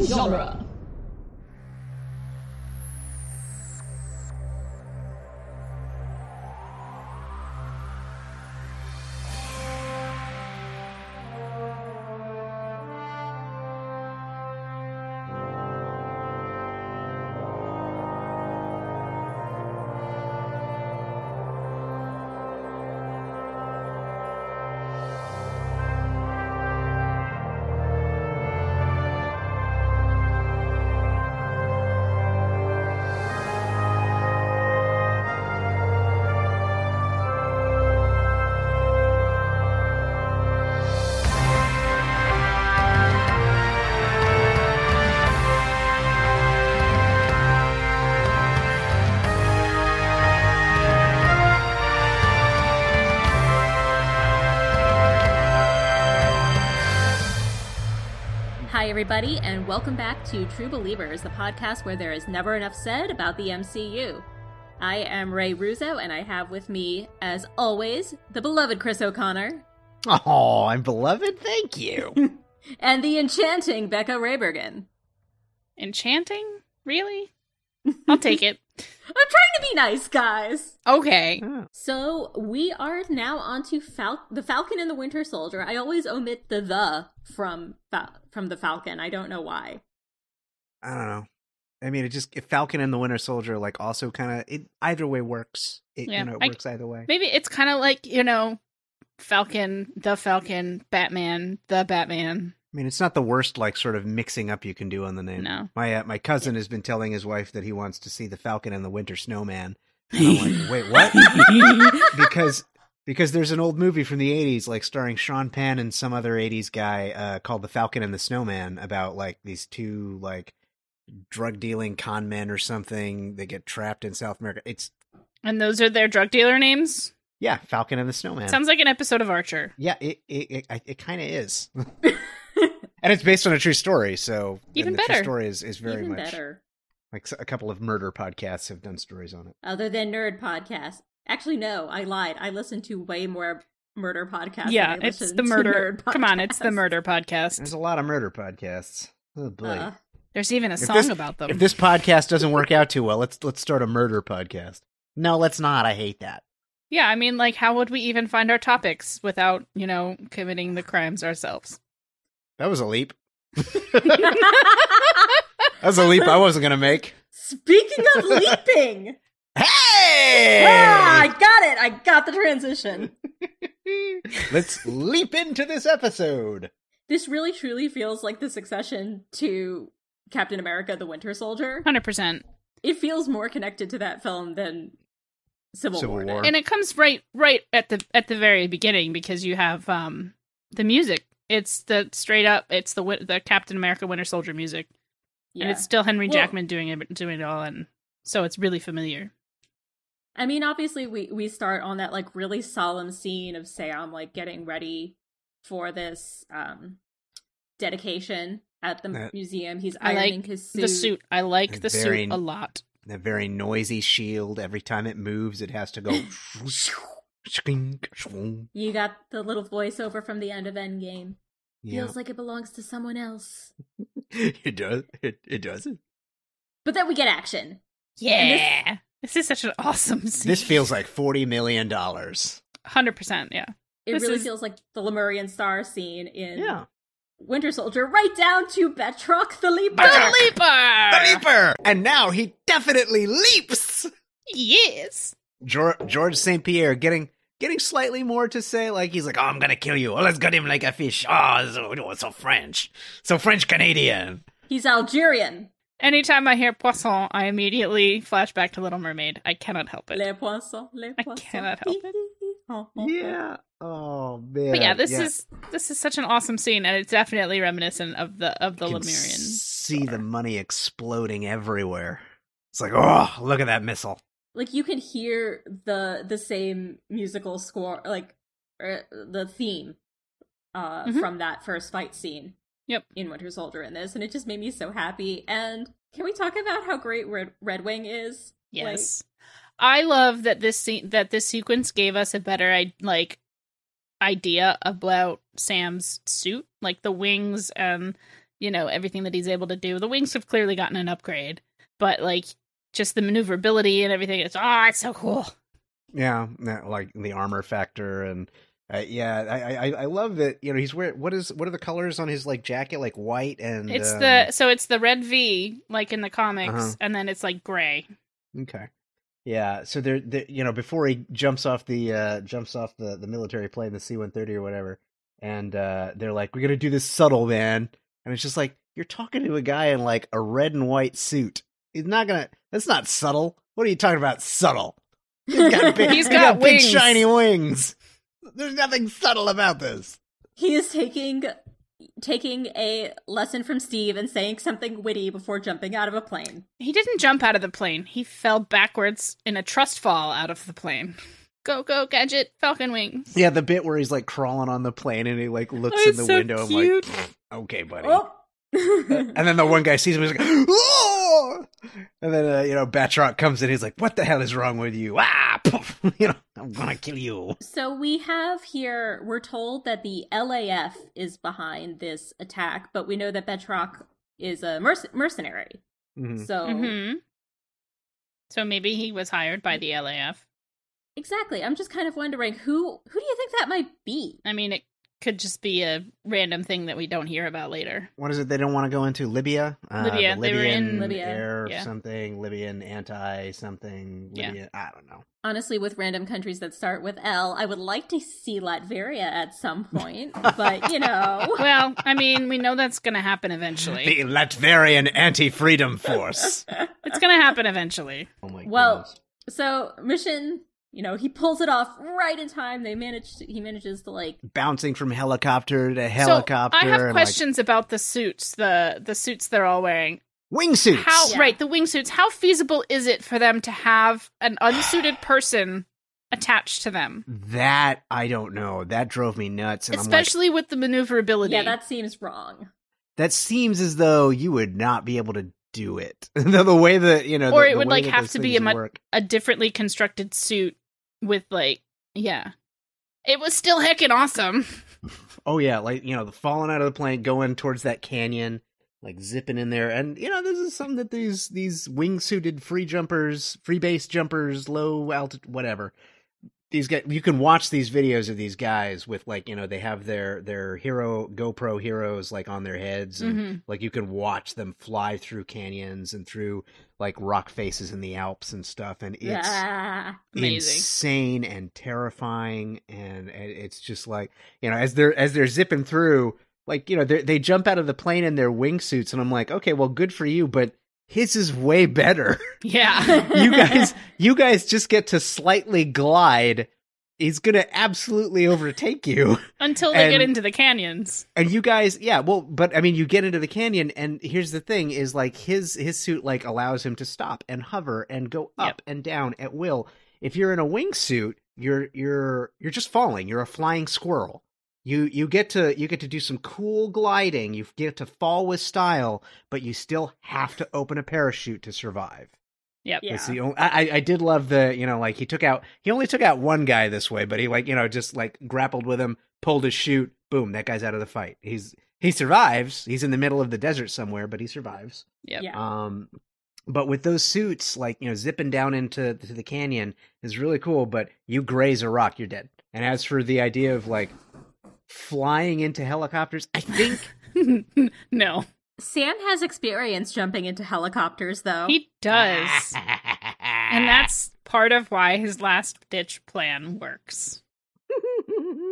genre. Hi, everybody, and welcome back to True Believers, the podcast where there is never enough said about the MCU. I am Ray Russo, and I have with me, as always, the beloved Chris O'Connor Oh, I'm beloved. Thank you. and the enchanting Becca Raybergen. Enchanting? Really? I'll take it. I'm trying to be nice, guys. Okay. So we are now on to Fal- the Falcon and the Winter Soldier. I always omit the the from Fal- from the Falcon. I don't know why. I don't know. I mean, it just if Falcon and the Winter Soldier like also kind of it either way works. It Yeah, you know it I- works either way. Maybe it's kind of like, you know, Falcon, the Falcon, Batman, the Batman. I mean, it's not the worst like sort of mixing up you can do on the name. No. My uh, my cousin has been telling his wife that he wants to see the Falcon and the Winter Snowman. And I'm like, wait, what? because because there's an old movie from the 80s like starring Sean Penn and some other 80s guy uh, called The Falcon and the Snowman about like these two like drug dealing con men or something they get trapped in South America. It's And those are their drug dealer names? yeah, Falcon and the Snowman. Sounds like an episode of Archer. yeah, it it it, I- it kind of is. and it's based on a true story, so and Even the true better. story is is very Even much better. like s- a couple of murder podcasts have done stories on it. other than nerd podcasts. Actually, no, I lied. I listen to way more murder podcasts. yeah, than I it's listen the to murder. nerd Come on, it's the podcasts. murder There's podcast. a lot of murder podcasts. Oh boy. Uh, There's even Uh-uh. a If song this- about them. If this podcast doesn't work out too well, let's let's start a murder podcast. No, let's not. I hate that. yeah, I mean, like, how would we even find our topics without, you know, committing the crimes ourselves? That was a leap. that was a leap I wasn't gonna make. Speaking of leaping, Hey! ah, I got it. I got the transition. Let's leap into this episode. This really truly feels like the succession to Captain America: The Winter Soldier. 100%. It feels more connected to that film than Civil, Civil War. did. War. Oh, and it comes right right at the at the very beginning because you have um the music it's the straight up it's the win- the captain america winter soldier music Yeah. and it's still henry Well- jackman doing it doing it all and so it's really familiar I mean, obviously, we we start on that like really solemn scene of Sam like getting ready for this um dedication at the Uh, museum. He's I like ironing his suit. the suit i like the Very- suit a lot That very noisy shield. Every time it moves, it has to go. Hmm. shink, shwung. You got the little voiceover from the end of Endgame. Yeah, Feels like it belongs to someone else. it does. It, it does. But then we get action. yeah this, is such an awesome scene. This feels like forty million dollars. 100% yeah It This really is- feels like the Lemurian Star scene in Yeah, Winter Soldier, right down to Betrock the Leaper. Batroc! the leaper the leaper, and now he definitely leaps. yes Geor- George St. Pierre getting getting slightly more to say, like he's like, "Oh, I'm gonna kill you. Oh, let's gut him like a fish. Oh, so, oh, so French, so French Canadian." He's Algerian. anytime i hear poisson i immediately flash back to little mermaid i cannot help it Les poissons, les I poissons. cannot help Yeah. Oh man. But yeah, this is this is such an awesome scene, and it's definitely reminiscent of the of the You can Lemurian. See star. the money exploding everywhere. It's like, oh, look at that missile. like you can hear the the same musical score like er, the theme uh Mhm. from that first fight scene Yep. in winter soldier in this and it just made me so happy and can we talk about how great red, red wing is Yes, I love that this scene that this sequence gave us a better i- like idea about Sam's suit, like the wings and you know, everything that he's able to do. The wings have clearly gotten an upgrade, but like just the maneuverability and everything, it's ah, it's so cool. Yeah, that- like the armor factor and uh, yeah, I, I I love that. You know, he's wearing what is what are the colors on his like jacket? Like white and It's um, the so it's the red V like in the comics, Uh-huh. and then it's like gray. Okay. Yeah. So there, there you know, before he jumps off the uh jumps off the the military plane, the C one thirty or whatever, and uh they're like, We're gonna do this subtle, man. And it's just like, you're talking to a guy in like a red and white suit. He's not gonna that's not subtle. What are you talking about subtle? He's got big, He's he's got got big wings. shiny wings. There's nothing subtle about this. He is taking taking a lesson from Steve and saying something witty before jumping out of a plane. He didn't jump out of the plane. He fell backwards in a trust fall out of the plane. Go go gadget falcon wings. Yeah, the bit where he's like crawling on the plane and he like looks Oh, in it's the so window. cute. I'm like, okay, buddy. Oh. and then the one guy sees him, he's like, "Oh!" and then uh, you know Batroc comes in, he's like, "What the hell is wrong with you? Ah, poof, you know, I'm gonna kill you." So we have here, we're told that the LAF is behind this attack, but we know that Betrock is a merc- mercenary. Mhm. So, hmm So maybe he was hired by the LAF. exactly. I'm just kind of wondering who who do you think that might be? I mean, it could just be a random thing that we don't hear about later. What is it they don't want to go into? Libya, uh, the Libya, they were in Libyan Libya, air yeah. something, Libyan anti something, Yeah. Libyan. I don't know. Honestly, with random countries that start with L, I would like to see Latveria at some point, but you know. Well, I mean, we know that's going to happen eventually. The Latvian anti-freedom force. It's going to happen eventually. oh my Well, goodness. So, Mission, you know, he pulls it off right in time. They manage to, he manages to like bouncing from helicopter to helicopter. So I have and, questions about the suits, the the suits they're all wearing. Like, wingsuits. How Yeah. right, the wingsuits. How feasible is it for them to have an unsuited person attached to them? That I don't know. That drove me nuts. And I'm like, Especially with the maneuverability. Yeah, that seems wrong. that seems as though you would not be able to do it. the, the way that you know, the- Or it the would, way like, that have those to be things a mu- work. a differently constructed suit with like yeah. It was still heckin' awesome. Oh yeah, like you know, the falling out of the plane, going towards that canyon, like zipping in there, and you know, this is something that these these wingsuited free jumpers, free base jumpers, low altitude, whatever. These guys, you can watch these videos of these guys with like you know they have their their hero GoPro heroes like on their heads and Mhm. like you can watch them fly through canyons and through like rock faces in the Alps and stuff and it's Mm-hmm. yeah. Amazing. insane and terrifying and and it's just like you know as they're as they're zipping through like you know they they jump out of the plane in their wingsuits and I'm like okay well good for you but his is way better Yeah. you guys you guys just get to slightly glide he's going to absolutely overtake you Until they get And- into the canyons. and you guys yeah well but i mean you get into the canyon and here's the thing is like his his suit like allows him to stop and hover and go Yep. up and down at will if you're in a wingsuit you're you're you're just falling you're a flying squirrel you you get to you get to do some cool gliding you get to fall with style but you still have to open a parachute to survive Yep. Yeah. it's the only, I, I- I did love the, you know, like he took out, he only took out one guy this way, but he like, you know, just like grappled with him, pulled his chute, boom, that guy's out of the fight. He's, he survives. He's in the middle of the desert somewhere, but he survives. Yep. Yeah. Um, but with those suits, like, you know, zipping down into to the canyon is really cool, but you graze a rock, you're dead. And as for the idea of like flying into helicopters, I think no. Sam has experience jumping into helicopters, though. He does. and that's part of why his last ditch plan works.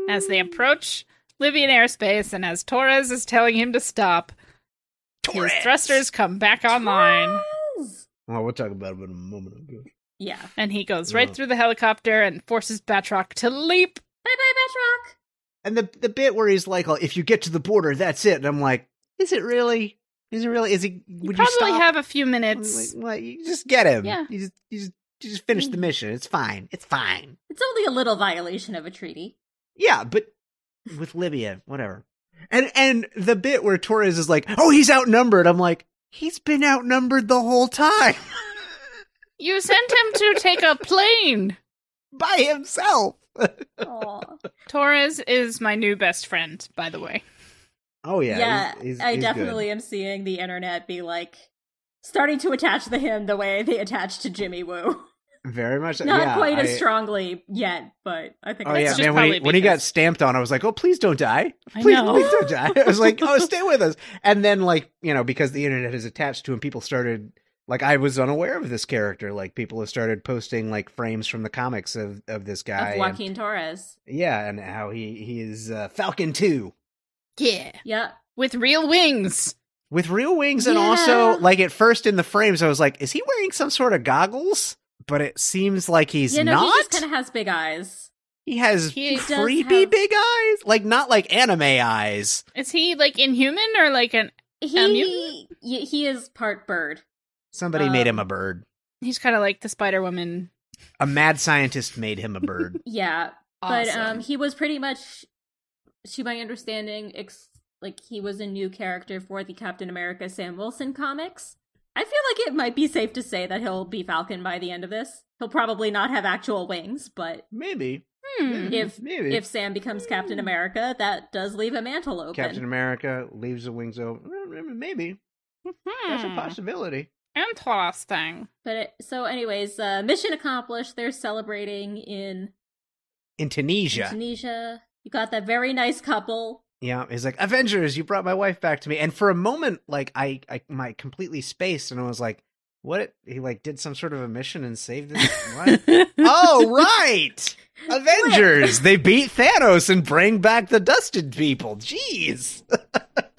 As they approach Libyan airspace and as Torres is telling him to stop, his thrusters come back online Yes. Well, we'll talk about it in a moment. I guess. Yeah. Bye and he goes right Yeah. through the helicopter and forces Batroc to leap. bye, And the the bit where he's like, oh, "If you get to the border, that's it." And I'm like, "Is it really? Is it really? Is he? You Would you, probably stop? have a few I'm minutes. like, well, you just get him. Yeah. You just you just you just finish the mission. It's fine. It's fine. It's only a little violation of a treaty. Yeah, but with Libya, whatever. And and the bit where Torres is like, "Oh, he's outnumbered." I'm like, "He's been outnumbered the whole time You sent him to take a plane. by himself." Aw. Torres is my new best friend, by the way. Oh yeah, yeah, he's- he's- I he's good. definitely am seeing the internet be like starting to attach to him the way they attached to Jimmy Woo. very much. Not yeah, quite I- as strongly yet, but I think Oh that's yeah, just man! When he, probably when he got because- stamped on, I was like, "Oh, please don't die! I Please, know. please don't die!" I was like, "Oh, stay with us." And then, like, you know, because the internet is attached to him, people started like I was unaware of this character. Like, people have started posting like frames from the comics of of this guy. of and- Joaquin Torres. yeah, and how he he is uh, Falcon Two Yeah. Yeah, With real wings. with real wings, and Yeah. also like at first in the frames, I was like, "Is he wearing some sort of goggles?" But it seems like he's you know, not. he just kind of has big eyes. He has He does creepy have- big eyes, like not like anime eyes. Is he like inhuman or like an Um, He y- he is part bird. Somebody made him Um, a bird. he's kinda like the Spider Woman. A mad scientist made him a bird. Yeah, but um, he was pretty much, to my understanding, ex- like he was a new character for the Captain America Sam Wilson comics. I feel like it might be safe to say that he'll be Falcon by the end of this. He'll probably not have actual wings, but Maybe. Hmm. if Maybe. if Sam becomes Captain America, that does leave a mantle open. Hmm. Captain America leaves the wings open. mm, Maybe. That's a Hmm. possibility. Interesting. But it, so, anyways, uh, mission accomplished. They're celebrating in In Tunisia. Tunisia. You got that very nice couple. yeah. He's like, Avengers, you brought my wife back to me. And for a moment, like I, I my completely spaced and I was like, what he like did some sort of a mission and saved this what? oh right. Avengers! They beat Thanos and bring back the dusted people. Jeez.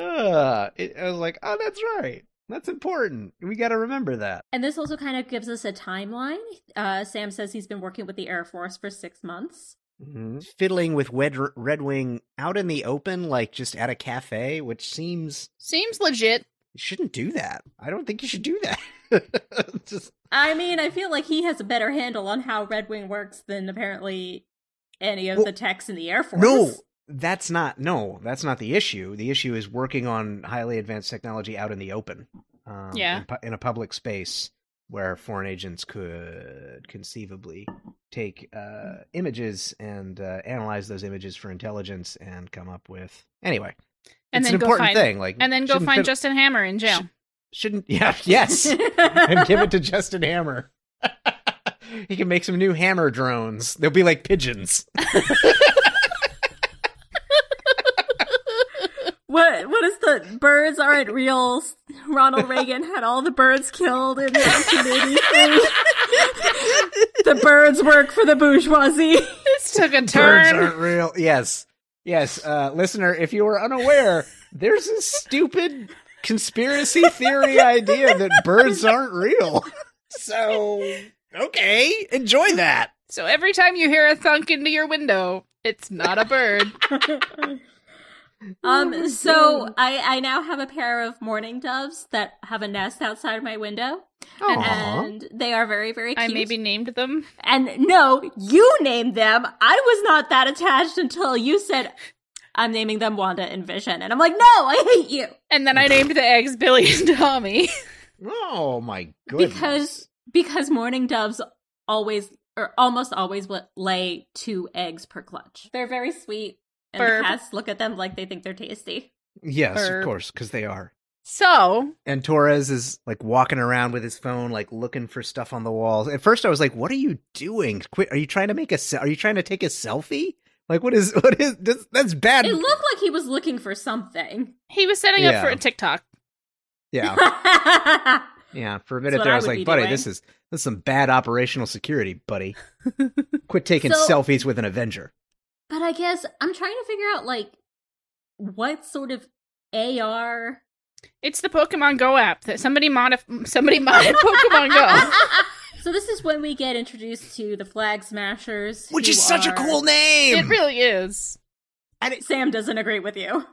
Ah, it- I was like, oh, that's right. That's important. We got to remember that. And this also kind of gives us a timeline. Uh, Sam says he's been working with the Air Force for six months. Fiddling with Red, Red Wing out in the open, like just at a cafe, which seems Seems legit. you shouldn't do that. I don't think you should do that. just I mean, I feel like he has a better handle on how Red Wing works than apparently any of Well, the techs in the Air Force. no. That's not no. That's not the issue. The issue is working on highly advanced technology out in the open, um, Yeah. in, pu- in a public space where foreign agents could conceivably take uh, images and uh, analyze those images for intelligence and come up with anyway. And it's then an go important find- thing. Like And then go shouldn't find fit- Justin Hammer in jail. shouldn't yeah yes and give it to Justin Hammer. he can make some new hammer drones. They'll be like pigeons. what? What is the birds aren't real? Ronald Reagan had all the birds killed in 1983. the birds work for the bourgeoisie. this took a Birds turn. aren't real. Yes. Yes, uh, listener, if you were unaware, there's this stupid conspiracy theory idea that birds aren't real. So, okay, enjoy that. So every time you hear a thunk into your window, it's not a bird. Um, so I, I now have a pair of mourning doves that have a nest outside my window, Aw. and they are very, very cute. I maybe named them. And no, you named them. I was not that attached until you said, I'm naming them Wanda and Vision. And I'm like, no, I hate you. And then I named the eggs Billy and Tommy. Oh my goodness. Because- Because mourning doves always, or almost always, wa- lay two eggs per clutch. They're very sweet. And Burp. the cats look at them like they think they're tasty. yes, Or- of course, cuz they are. So and Torres is like walking around with his phone, like looking for stuff on the walls. At first, I was like, "What are you doing? Quit! Are you trying to make a? se- Are you trying to take a selfie? Like, what is? What is? This, that's bad." It looked like he was looking for something. he was setting Yeah. up for a TikTok. yeah, yeah. For a That's minute what there, I I was would like, be "Buddy, doing." this is this is some bad operational security, buddy. Quit taking So- selfies with an Avenger." But I guess I'm trying to figure out like what sort of AR It's the Pokemon Go app that somebody modif- somebody modded Pokemon Go. so this is when we get introduced to the Flag Smashers, Which who is such a are- cool name. It really is. Sam doesn't agree with you.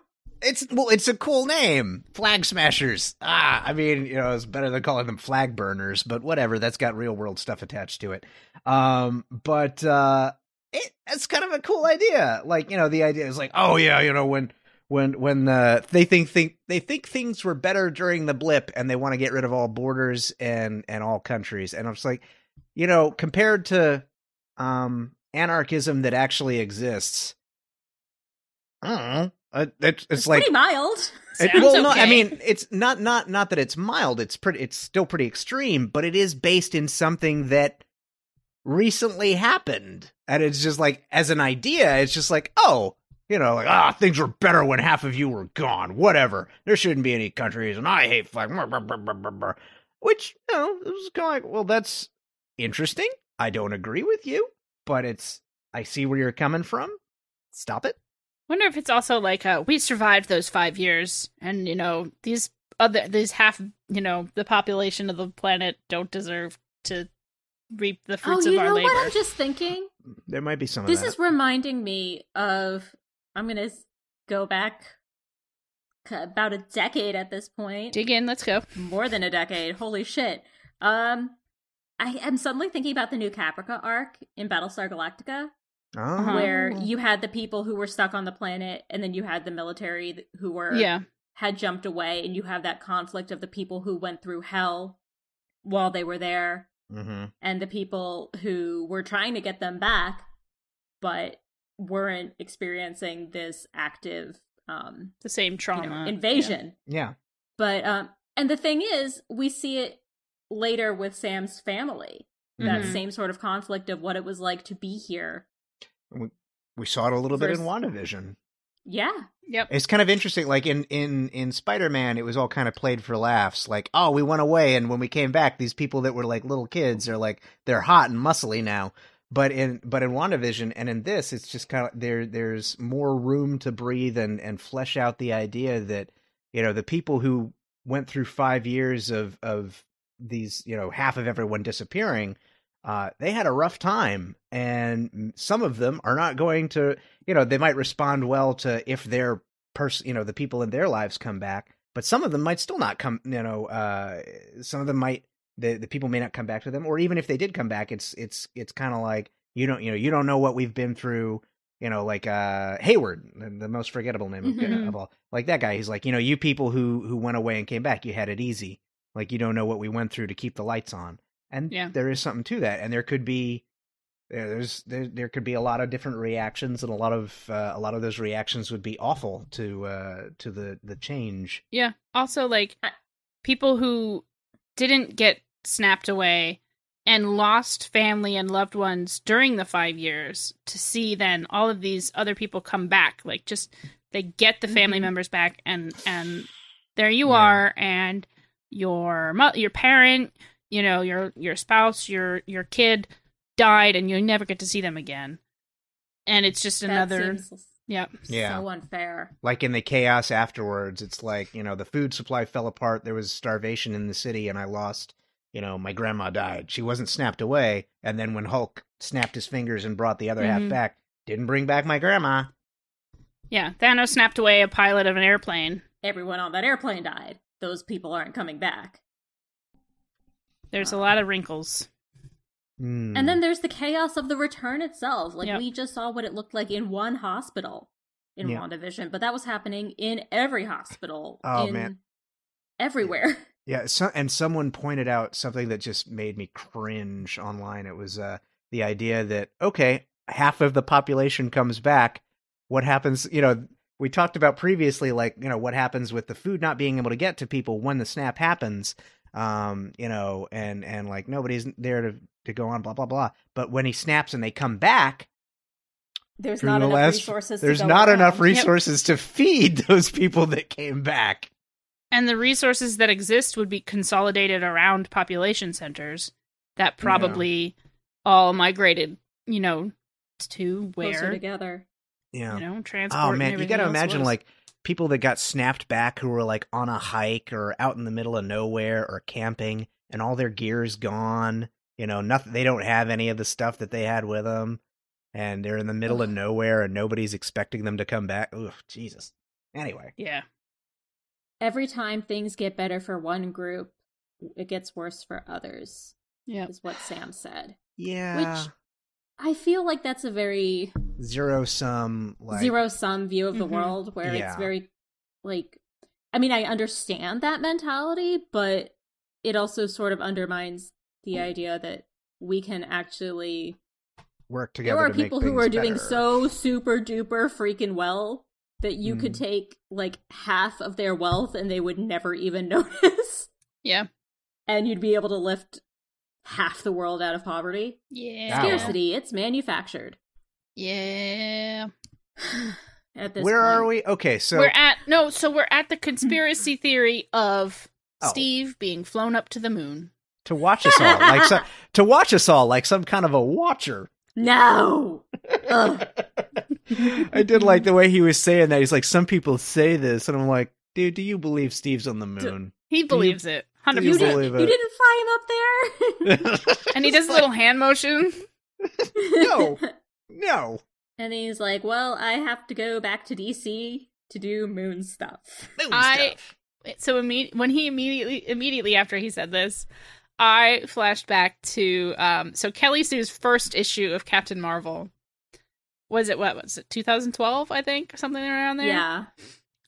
It's well, it's a cool name, Flag Smashers. Ah, I mean, you know, it's better than calling them flag burners, but whatever. That's got real world stuff attached to it. Um, but uh, it, it's kind of a cool idea. Like, you know, the idea is like, oh yeah, you know, when when when uh, they think think they think things were better during the blip, and they want to get rid of all borders and and all countries. And I'm just like, you know, compared to um anarchism that actually exists. I don't know. Uh, it's, it's It's like pretty mild. It- Sounds well, no, I okay. mean it's not not not that it's mild. It's pretty. It's still pretty extreme, but it is based in something that recently happened, and it's just like as an idea, it's just like oh, you know, like ah, things were better when half of you were gone. Whatever. There shouldn't be any countries, and I hate flag. brr, brr, brr, brr, brr, brr. Which you know, it was kind of like well, that's interesting. I don't agree with you, but it's I see where you're coming from. Stop it. Wonder if it's also like uh, we survived those five years, and you know these other these half you know the population of the planet don't deserve to reap the Oh, fruits you of our know labor. what I'm just thinking? There might be some. This of that. is reminding me of. I'm gonna s- go back c- about a decade at this point. Dig in, let's go. more than a decade. Holy shit. Um I am suddenly thinking about the new Caprica arc in Battlestar Galactica, Oh. where Oh. you had the people who were stuck on the planet, and then you had the military th- who were Yeah, had jumped away, and you have that conflict of the people who went through hell while they were there, Mm-hmm. and the people who were trying to get them back, but weren't experiencing this active um, the same you know, trauma invasion. Yeah. But um and the thing is, we see it later with Sam's family. That Mm-hmm. Mhm. same sort of conflict of what it was like to be here. We saw it a little bit in First- WandaVision. Yeah. Yeah. Yep. It's kind of interesting. Like in in in Spider Man, it was all kind of played for laughs. Like, oh, we went away, and when we came back, these people that were like little kids are like they're hot and muscly now. But in but in WandaVision and in this, it's just kind of there. There's more room to breathe and and flesh out the idea that you know the people who went through five years of of these you know half of everyone disappearing, uh, they had a rough time, and some of them are not going to you know they might respond well to if their person you know the people in their lives come back but some of them might still not come you know uh some of them might the the people may not come back to them or even if they did come back it's it's it's kind of like you don't you know you don't know what we've been through you know like uh hayward the, the most forgettable name of, Mhm. of all like that guy he's like you know you people who who went away and came back you had it easy like you don't know what we went through to keep the lights on and Yeah. there is something to that and there could be there- there's there there could be a lot of different reactions and a lot of uh, a lot of those reactions would be awful to uh to the the change Yeah. Also, like I- people who didn't get snapped away and lost family and loved ones during the five years to see then all of these other people come back. Like, just they get the family Mhm. members back, and and there you Yeah. are, and your mo- your parent, you know, your your spouse, your your kid died, and you never get to see them again. And it's just That another, seems yeah, Yeah. so unfair. like in the chaos afterwards it's like you know the food supply fell apart there was starvation in the city and i lost you know my grandma died she wasn't snapped away and then when hulk snapped his fingers and brought the other Mhm. Mm-hmm. half back didn't bring back my grandma yeah. Thanos snapped away a pilot of an airplane. Everyone on that airplane died. Those people aren't coming back. There's a lot of wrinkles. Hmm. And then there's the chaos of the return itself. Like Yeah. we just saw what it looked like in one hospital in Yeah. WandaVision, but that was happening in every hospital. Oh, in man. Everywhere. Yeah, so, and someone pointed out something that just made me cringe online. It was uh, the idea that okay, half of the population comes back. What happens? You know, we talked about previously, like you know, what happens with the food not being able to get to people when the snap happens. Um, you know, and and like nobody's there to to go on, blah blah blah. But when he snaps and they come back, There's During not the enough last- resources. to there's go not enough around. resources to feed those people that came back. And the resources that exist would be consolidated around population centers that probably all migrated, you know, to Closer where, together. Yeah. you know, transport. Oh and man, you everything got to else imagine was. like people that got snapped back who were like on a hike or out in the middle of nowhere or camping, and all their gear is gone. You know, nothing. They don't have any of the stuff that they had with them, and they're in the middle of nowhere, and nobody's expecting them to come back. Ugh, Jesus. Anyway, yeah, every time things get better for one group, it gets worse for others, yeah. is what Sam said. yeah, I feel like that's a very zero sum like zero sum view of the Mhm. world where it's Yeah. very, like, I mean, I understand that mentality, but it also sort of undermines the idea that we can actually. work together. There are to make people who things are doing better. so super duper freaking well that you could Mm. take like half of their wealth and they would never even notice. Yeah. And you'd be able to lift half the world out of poverty. Yeah. Scarcity, it's manufactured. Yeah. At this Where are point. we? Okay, so Hmm. we're at no, so we're at the conspiracy theory of Oh. Steve being flown up to the moon. to watch us all, like so, to watch us all, like some kind of a watcher. No. Ugh. I did like the way he was saying that. He's like, some people say this, and I'm like, dude, do you believe Steve's on the moon? He believes it. do 100%. You, believe did, it. you didn't fly him up and he does a little hand motion. there. No. no, And he's like, "Well, I have to go back to DC to do moon stuff." moon I- stuff. So imme- when he immediately immediately after he said this, I flashed back to um so Kelly Sue's first issue of Captain Marvel. Was it what was it 2012, I think, or something around there? Yeah.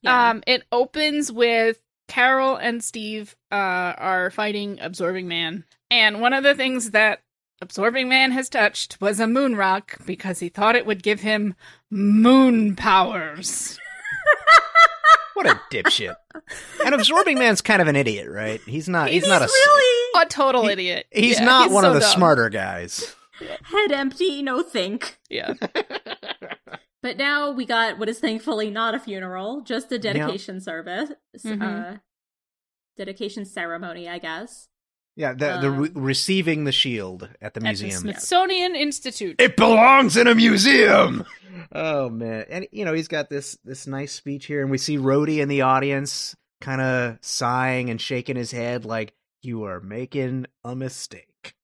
Yeah. Um, it opens with Carol and Steve uh, are fighting Absorbing Man, and one of the things that Absorbing Man has touched was a moon rock because he thought it would give him moon powers. What a dipshit! and absorbing man's kind of an idiot, right? He's not. He's, He's not a. s- really A total He- idiot. He's Yeah, not one so of the dumb. smarter guys. head empty, no think. Yeah, But now we got what is thankfully not a funeral, just a dedication service, Mm-hmm. uh, Mhm. dedication ceremony, I guess. Yeah, the, the Um, re- receiving the shield at the At the museum. Smithsonian Institute. it belongs in a museum. Oh man, and you know he's got this this nice speech here, and we see Rhodey in the audience, kind of sighing and shaking his head, like you are making a mistake.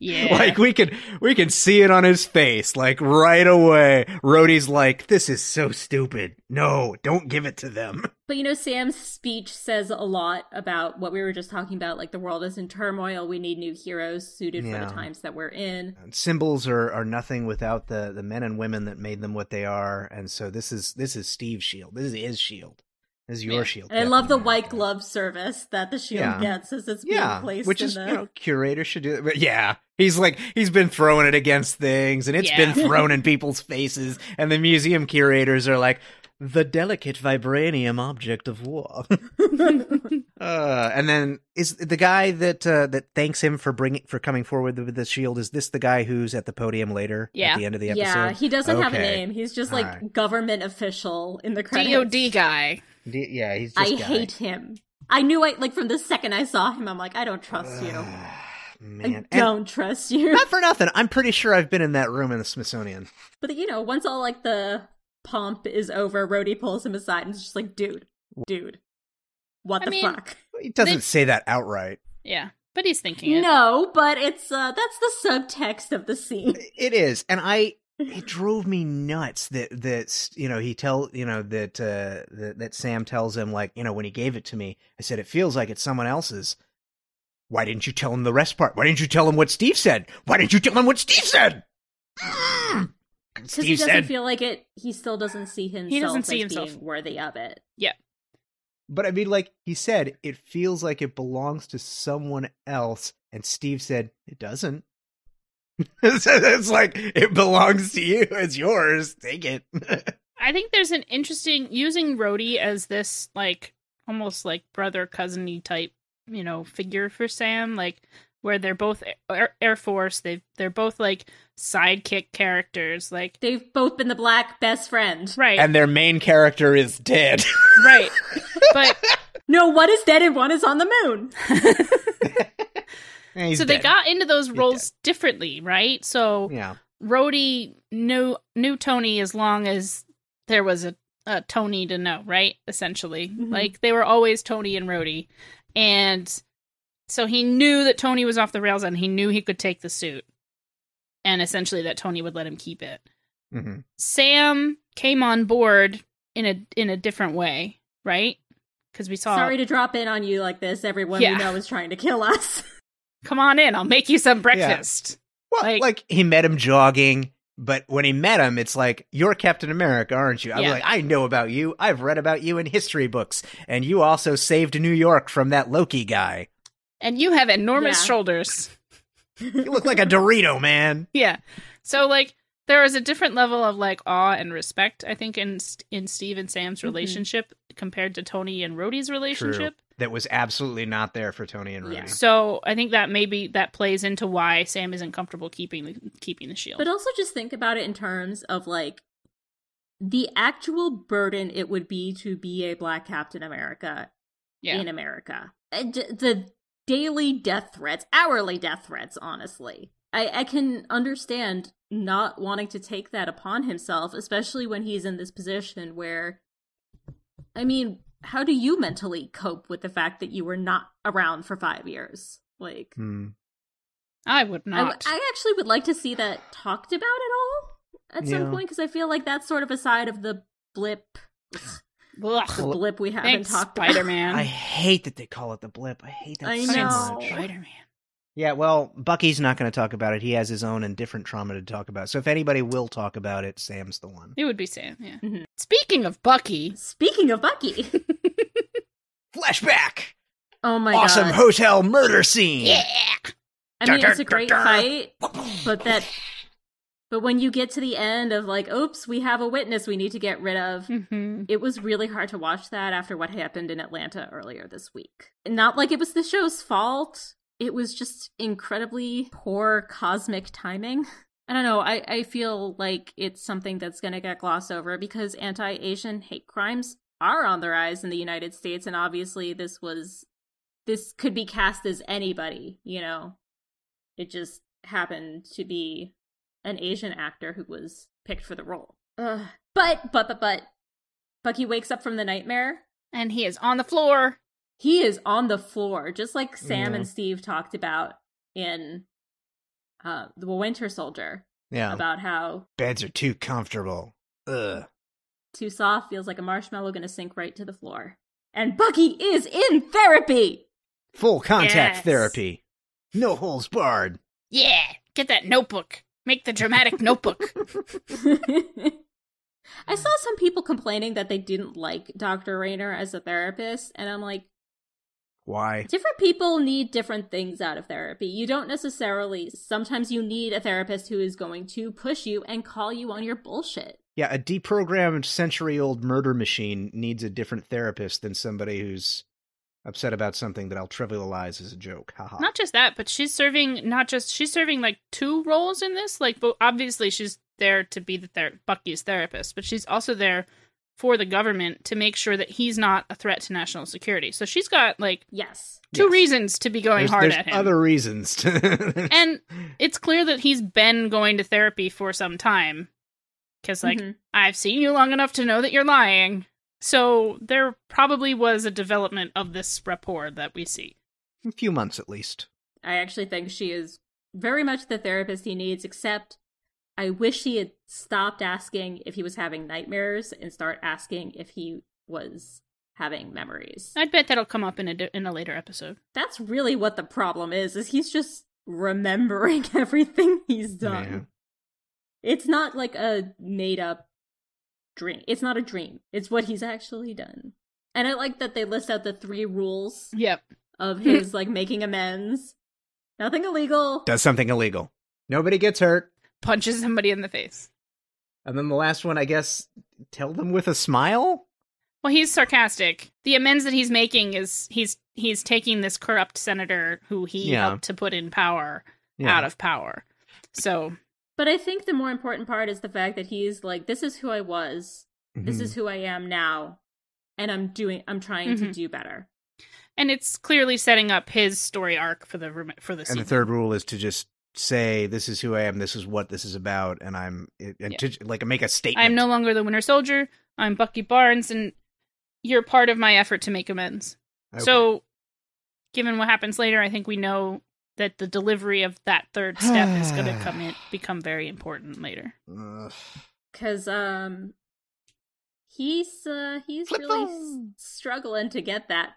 Yeah, Like we can we can see it on his face, like right away. Rhodey's like, "This is so stupid. No, don't give it to them." But you know, Sam's speech says a lot about what we were just talking about. Like the world is in turmoil. We need new heroes suited for Yeah. the times that we're in. Symbols are are nothing without the the men and women that made them what they are, and so this is this is Steve's shield. This is his shield. This is your Yeah. shield. And I love the Captain white America. glove service that the shield Yeah. gets as it's being placed which in is the you know curators should do it but yeah he's like he's been throwing it against things and it's Yeah. been thrown in people's faces and the museum curators are like the delicate vibranium object of war uh, and then is the guy that uh, that thanks him for bringing for coming forward with the shield is this the guy who's at the podium later Yeah. at the end of the episode Yeah, he doesn't have a Okay. name. He's just All like right. government official in the credits. DoD guy. D- yeah he's I just guy. hate him. I knew I like from the second I saw him. I'm like, I don't trust you. Ah, man I And don't trust you. not for nothing I'm pretty sure I've been in that room in the Smithsonian But you know, once all like the pomp is over, Rhodey pulls him aside and is just like, dude, dude, what I the mean, fuck? he doesn't They- say that outright Yeah, but he's thinking it. No, but it's uh that's the subtext of the scene. It is, and I it drove me nuts that that you know he tell you know that uh that, that Sam tells him like you know when he gave it to me I said it feels like it's someone else's. Why didn't you tell him the rest part? Why didn't you tell him what Steve said? Why didn't you tell him what Steve said? Mm. Because he Steve doesn't said, feel like it he still doesn't see himself doesn't see as himself. being worthy of it. but I mean, like he said, it feels like it belongs to someone else, and Steve said it doesn't. So it's like it belongs to you. It's yours. Take it. I think there's an interesting using Rhodey as this like almost like brother cousin type, you know, figure for Sam, like where they're both Air, Air Force, they they're both like sidekick characters, like They've both been the black best friend. right, and their main character is dead. right. But No, one is dead and one is on the moon. Yeah, he's so they dead. got into those He's roles differently, right? So yeah. Rhodey knew knew Tony as long as there was a, a Tony to know, right? Essentially, Mhm. like they were always Tony and Rhodey, and so he knew that Tony was off the rails, and he knew he could take the suit, and essentially that Tony would let him keep it. hmm Sam came on board in a in a different way, right? Because we saw, Sorry to drop in on you like this. Everyone Yeah. we know is trying to kill us. come on in, I'll make you some breakfast. Well, Like- like, he met him jogging, but when he met him, it's like you're Captain America, aren't you? I'm Yeah. like, I know about you. I've read about you in history books, and you also saved New York from that Loki guy. And you have enormous Yeah. shoulders. You look like a Dorito, man. Yeah. So like there is a different level of like awe and respect i think in in steve and sam's Mm-hmm. relationship compared to tony and rhodey's relationship that was absolutely not there for Tony and Rudy. Yeah. so i think that maybe that plays into why sam isn't comfortable keeping the keeping the shield But also just think about it in terms of like the actual burden it would be to be a black Captain America yeah in America. And d- the daily death threats, hourly death threats, honestly. I, I can understand not wanting to take that upon himself, especially when he's in this position where, I mean, how do you mentally cope with the fact that you were not around for five years? Like, Hmm. i would I, w- not I actually would like to see that talked about at all at some Yeah. point because I feel like that's sort of a side of the blip, Ugh. Well, blip we haven't thanks talked I spider-man hate that they call it the blip. I hate that I so Fucking know. much. spider-man Yeah, well, Bucky's not going to talk about it. He has his own and different trauma to talk about. So if anybody will talk about it, Sam's the one. it would be sam yeah Mhm. speaking of bucky about. Speaking of Bucky, Flashback. oh my awesome god, hotel murder scene. I mean Dun, it's a dun, dun, great dun. fight, but that, but when you get to the end of like, oops, we have a witness we need to get rid of. hmm It was really hard to watch that after what happened in Atlanta earlier this week. Not like it was the show's fault. It was just incredibly poor cosmic timing. I don't know. I, I feel like it's something that's going to get glossed over because anti Asian hate crimes are on the rise in the United States. And obviously, this was, this could be cast as anybody, you know? It just happened to be an Asian actor who was picked for the role. Ugh. But, but, but, but, Bucky wakes up from the nightmare. and he is on the floor He is on the floor, just like Sam Yeah. and Steve talked about in uh, The Winter Soldier, Yeah. about how Beds are too comfortable. Ugh. too soft feels like a marshmallow going to sink right to the floor. And Bucky is in therapy! Full contact Yes. therapy. No holes barred. yeah get that notebook make the dramatic notebook I saw some people complaining that they didn't like Dr. Rayner as a therapist, and I'm like, Why? Different people need different things out of therapy. You don't necessarily, sometimes you need a therapist who is going to push you and call you on your bullshit. Yeah, a deprogrammed century old murder machine needs a different therapist than somebody who's upset about something that I'll trivialize as a joke. Haha. not just that but she's serving not just she's serving like two roles in this like but obviously she's there to be the ther- bucky's therapist but she's also there for the government to make sure that he's not a threat to national security so she's got like Yes. two Yes. reasons to be going there's, hard there's at him other reasons. To... and it's clear that he's been going to therapy for some time because like Mhm. i've seen you long enough to know that you're lying so there probably was a development of this rapport that we see a few months at least. I actually think she is very much the therapist he needs, except I wish he had stopped asking if he was having nightmares and start asking if he was having memories. i bet that'll come up in a di- in a later episode That's really what the problem is, is he's just remembering everything he's done. Man. It's not like a made up dream. It's not a dream. It's what he's actually done. And I like that they list out the three rules yep of his like making amends. Nothing illegal. Does something illegal. Nobody gets hurt. punches somebody in the face. And then the last one, I guess, tell them with a smile? Well, he's sarcastic. The amends that he's making is he's he's taking this corrupt senator who he Yeah. helped to put in power Yeah. out of power. So But I think the more important part is the fact that he's like, this is who I was. This Mm-hmm. is who I am now. And I'm doing I'm trying to Mhm. do better. and it's clearly setting up his story arc for the rem- for the Mm-hmm. and season. the third rule is to just say this is who I am, this is what this is about, and I'm it, and Yeah. to, like make a statement. I'm no longer the Winter Soldier. I'm Bucky Barnes, and you're part of my effort to make amends. Okay. So, given what happens later, I think we know that the delivery of that third step is going to come in become very important later. Ugh. Cause um he's uh he's Flip really s- phone. struggling to get that.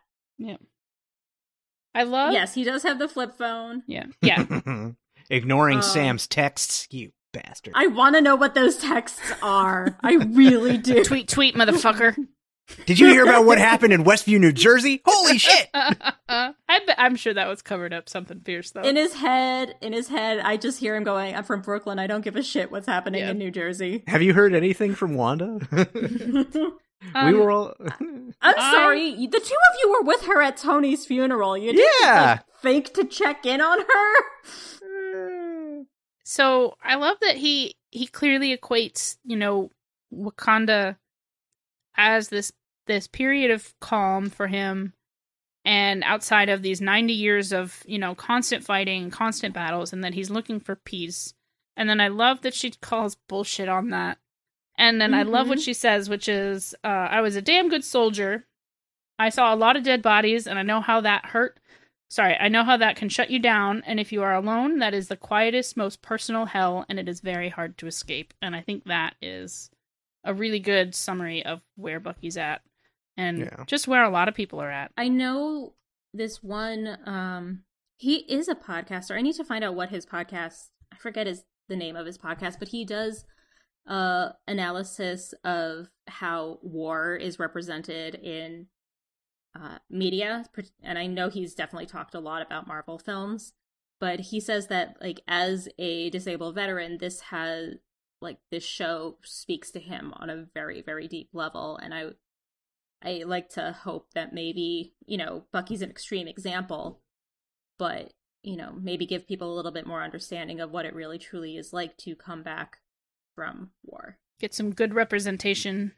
I love. Yes, he does have the flip phone. Yeah. Yeah. Ignoring Um, Sam's texts, you bastard. I want to know what those texts are. I really do. tweet tweet motherfucker Did you hear about what happened in Westview, New Jersey? Holy shit! I bet, I'm sure that was covered up something fierce though. In his head, in his head, I just hear him going, "I'm from Brooklyn. I don't give a shit what's happening Yeah. in New Jersey." Have you heard anything from Wanda? I'm we Um, were all. I- sorry, the two of you were with her at Tony's funeral. You didn't yeah. think to check in on her. so I love that he he clearly equates you know Wakanda as this this period of calm for him, and outside of these ninety years of you know constant fighting, constant battles, and that he's looking for peace. And then I love that she calls bullshit on that. And then I love what Mhm. she says, which is, uh, "I was a damn good soldier. I saw a lot of dead bodies, and I know how that hurt. Sorry, I know how that can shut you down. And if you are alone, that is the quietest, most personal hell, and it is very hard to escape. And I think that is a really good summary of where Bucky's at, and Yeah. just where a lot of people are at. I know this one. Um, he is a podcaster. I need to find out what his podcast. I forget his the name of his podcast, but he does uh analysis of how war is represented in uh, media, and I know he's definitely talked a lot about Marvel films. But he says that, like, as a disabled veteran, this has, like, this show speaks to him on a very, very deep level. And I I like to hope that maybe, you know, Bucky's an extreme example, but, you know, maybe give people a little bit more understanding of what it really truly is like to come back from war. Get some good representation.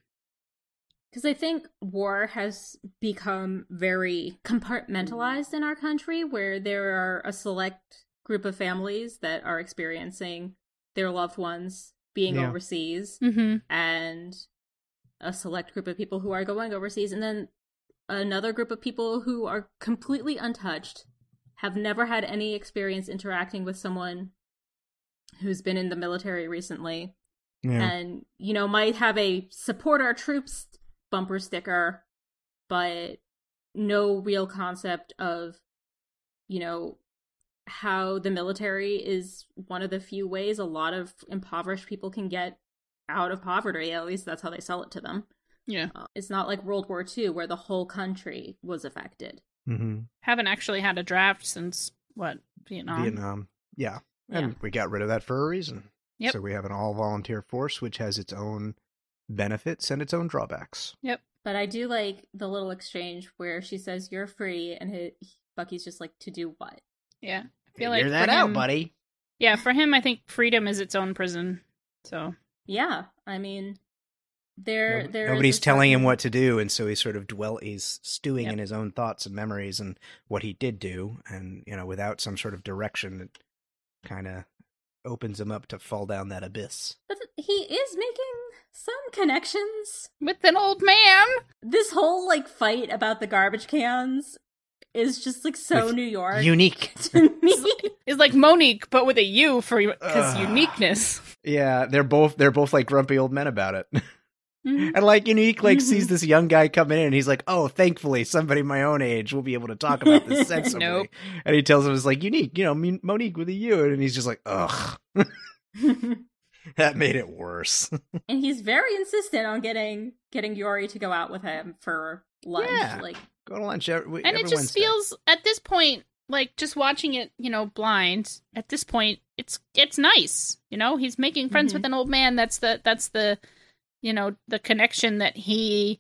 Because I think war has become very compartmentalized in our country, where there are a select group of families that are experiencing their loved ones being Yeah. overseas Mm-hmm. and a select group of people who are going overseas, and then another group of people who are completely untouched, have never had any experience interacting with someone who's been in the military recently, Yeah. and you know might have a support our troops bumper sticker, but no real concept of you know how the military is one of the few ways a lot of impoverished people can get out of poverty at least that's how they sell it to them Yeah, Uh, it's not like world war ii where the whole country was affected hmm haven't actually had a draft since what Vietnam. Vietnam. Yeah. yeah And we got rid of that for a reason. Yep. So we have an all volunteer force, which has its own benefits and its own drawbacks. but i do like the little exchange where she says you're free and he, bucky's just like to do what Yeah, I Figure for that out, him- buddy. Yeah, for him, I think freedom is its own prison. So yeah i mean there Nob- there is Nobody's a telling him certain- what to do, and so he's sort of dwell. He's stewing Yep. in his own thoughts and memories and what he did do, and you know, without some sort of direction that kind of opens him up to fall down that abyss. But th- he is making some connections. with an old man, This whole like fight about the garbage cans is just like so With New York Unique. to me. is like Monique, but with a U for because Ugh. uniqueness. Yeah, they're both they're both like grumpy old men about it. Mhm. And like Unique like Mhm. sees this young guy coming in and he's like, Oh, thankfully somebody my own age will be able to talk about this sensibly. Nope. And he tells him it's like unique, you know, Mon- Monique with a U and he's just like, Ugh, and that made it worse. Mm-hmm. he's very insistent on getting getting Yori to go out with him for lunch. Yeah. Like Go to lunch every, And every it just Wednesday. feels at this point like just watching it, you know, blind. At this point, it's it's nice. You know, he's making friends Mhm. with an old man. That's the that's the you know the connection that he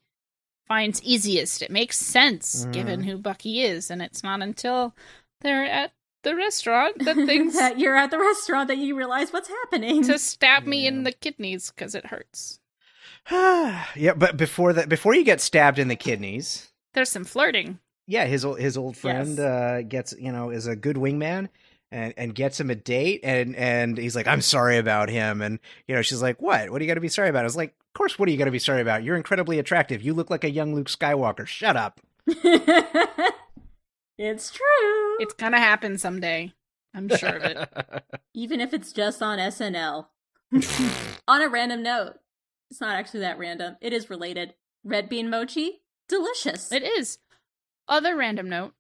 finds easiest. It makes sense given who Bucky is, and it's not until they're at the restaurant that things that you're at the restaurant that you realize what's happening. to stab me Yeah. in the kidneys because it hurts. yeah, but before that before you get stabbed in the kidneys, There's some flirting. yeah, his old his old friend Yes. uh, gets you know is a good wingman and and gets him a date and and he's like I'm sorry about him and you know she's like what what are you gonna be sorry about? I was like of course what are you gonna be sorry about? You're incredibly attractive. You look like a young Luke Skywalker. Shut up. it's true. It's gonna happen someday. I'm sure of it. Even if it's just on SNL. on a random note, it's not actually that random. It is related. Red bean mochi, delicious. It is. Other random note.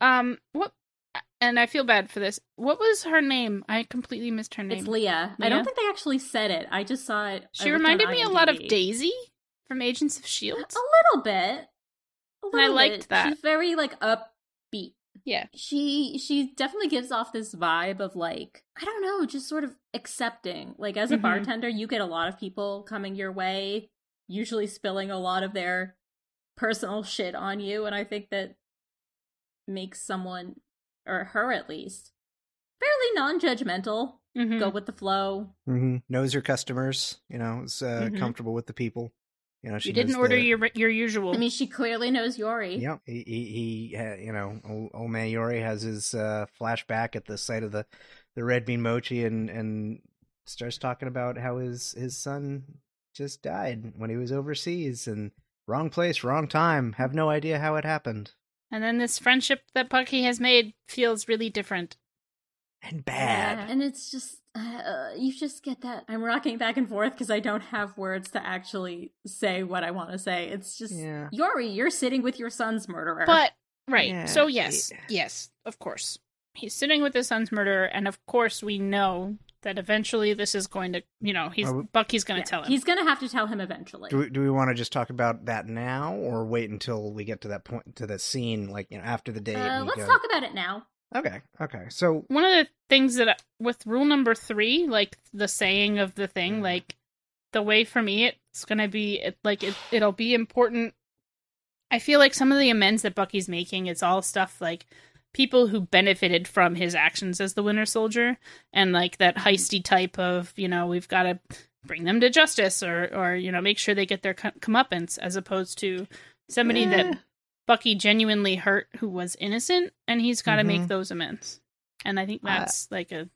Um, what? And I feel bad for this. What was her name? I completely missed her name. It's Leah. I Leah? don't think they actually said it. I just saw it. I she looked on reminded me a lot of IMDb. Daisy. from Agents of Shield. A little bit. A And I liked that. She's very like upbeat. Yeah. She she definitely gives off this vibe of like I don't know, just sort of accepting. Like as a Mhm. bartender, you get a lot of people coming your way, usually spilling a lot of their personal shit on you, and I think that makes someone or her at least fairly non-judgmental. Mhm. Go with the flow. Mm-hmm. Knows her customers, you know, is uh, Mhm. comfortable with the people. You know, she you didn't knows order the- your your usual. I mean, she clearly knows Yori. Yep. He, he, he uh, you know, old, old man Yori has his uh, flashback at the sight of the, the red bean mochi and, and starts talking about how his, his son just died when he was overseas and wrong place, wrong time. Have no idea how it happened. and then this friendship that Bucky has made feels really different. And bad. Yeah, and it's just uh, you just get that I'm rocking back and forth because I don't have words to actually say what I want to say. It's just Yeah. Yori, you're sitting with your son's murderer. But right, Yeah. so yes, Yeah. yes, of course, he's sitting with his son's murderer, and of course we know that eventually this is going to, you know, he's Are we- Bucky's going Yeah, to tell him. he's gonna have to tell him eventually. Do we, do we want to just talk about that now or wait until we get to that point, to that scene, like, you know, after the date? uh, and you let's go- talk about it now. Okay. Okay. So one of the things that I, with rule number three, like the saying of the thing, Mm. like the way for me, it's gonna be it, like it, it'll be important. I feel like some of the amends that Bucky's making, it's all stuff like people who benefited from his actions as the Winter Soldier, and like that heisty type of you know we've got to bring them to justice or or you know make sure they get their co- comeuppance as opposed to somebody Yeah. that Bucky genuinely hurt who was innocent, and he's got to Mhm. make those amends. And I think I- that's like a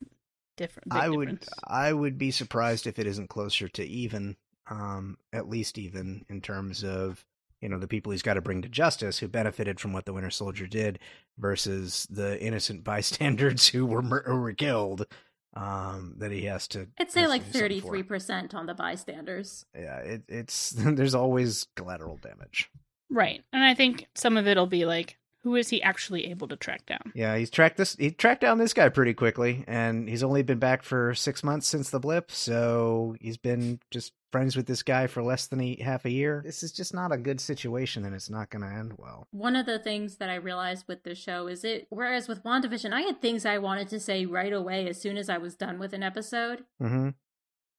different. Big I would difference. I would be surprised if it isn't closer to even, um, at least even in terms of you know the people he's got to bring to justice who benefited from what the Winter Soldier did versus the innocent bystanders who were mur- who were killed. Um, that he has to. I'd say has to like do something thirty for. three percent on the bystanders. Yeah, it, it's there's always collateral damage. Right, and I think some of it'll be like, who is he actually able to track down? Yeah, he's tracked this. He tracked down this guy pretty quickly, and he's only been back for six months since the blip, so he's been just friends with this guy for less than a, half a year. This is just not a good situation, and it's not going to end well. One of the things that I realized with this show is it whereas with WandaVision I had things I wanted to say right away as soon as I was done with an episode. Mm-hmm.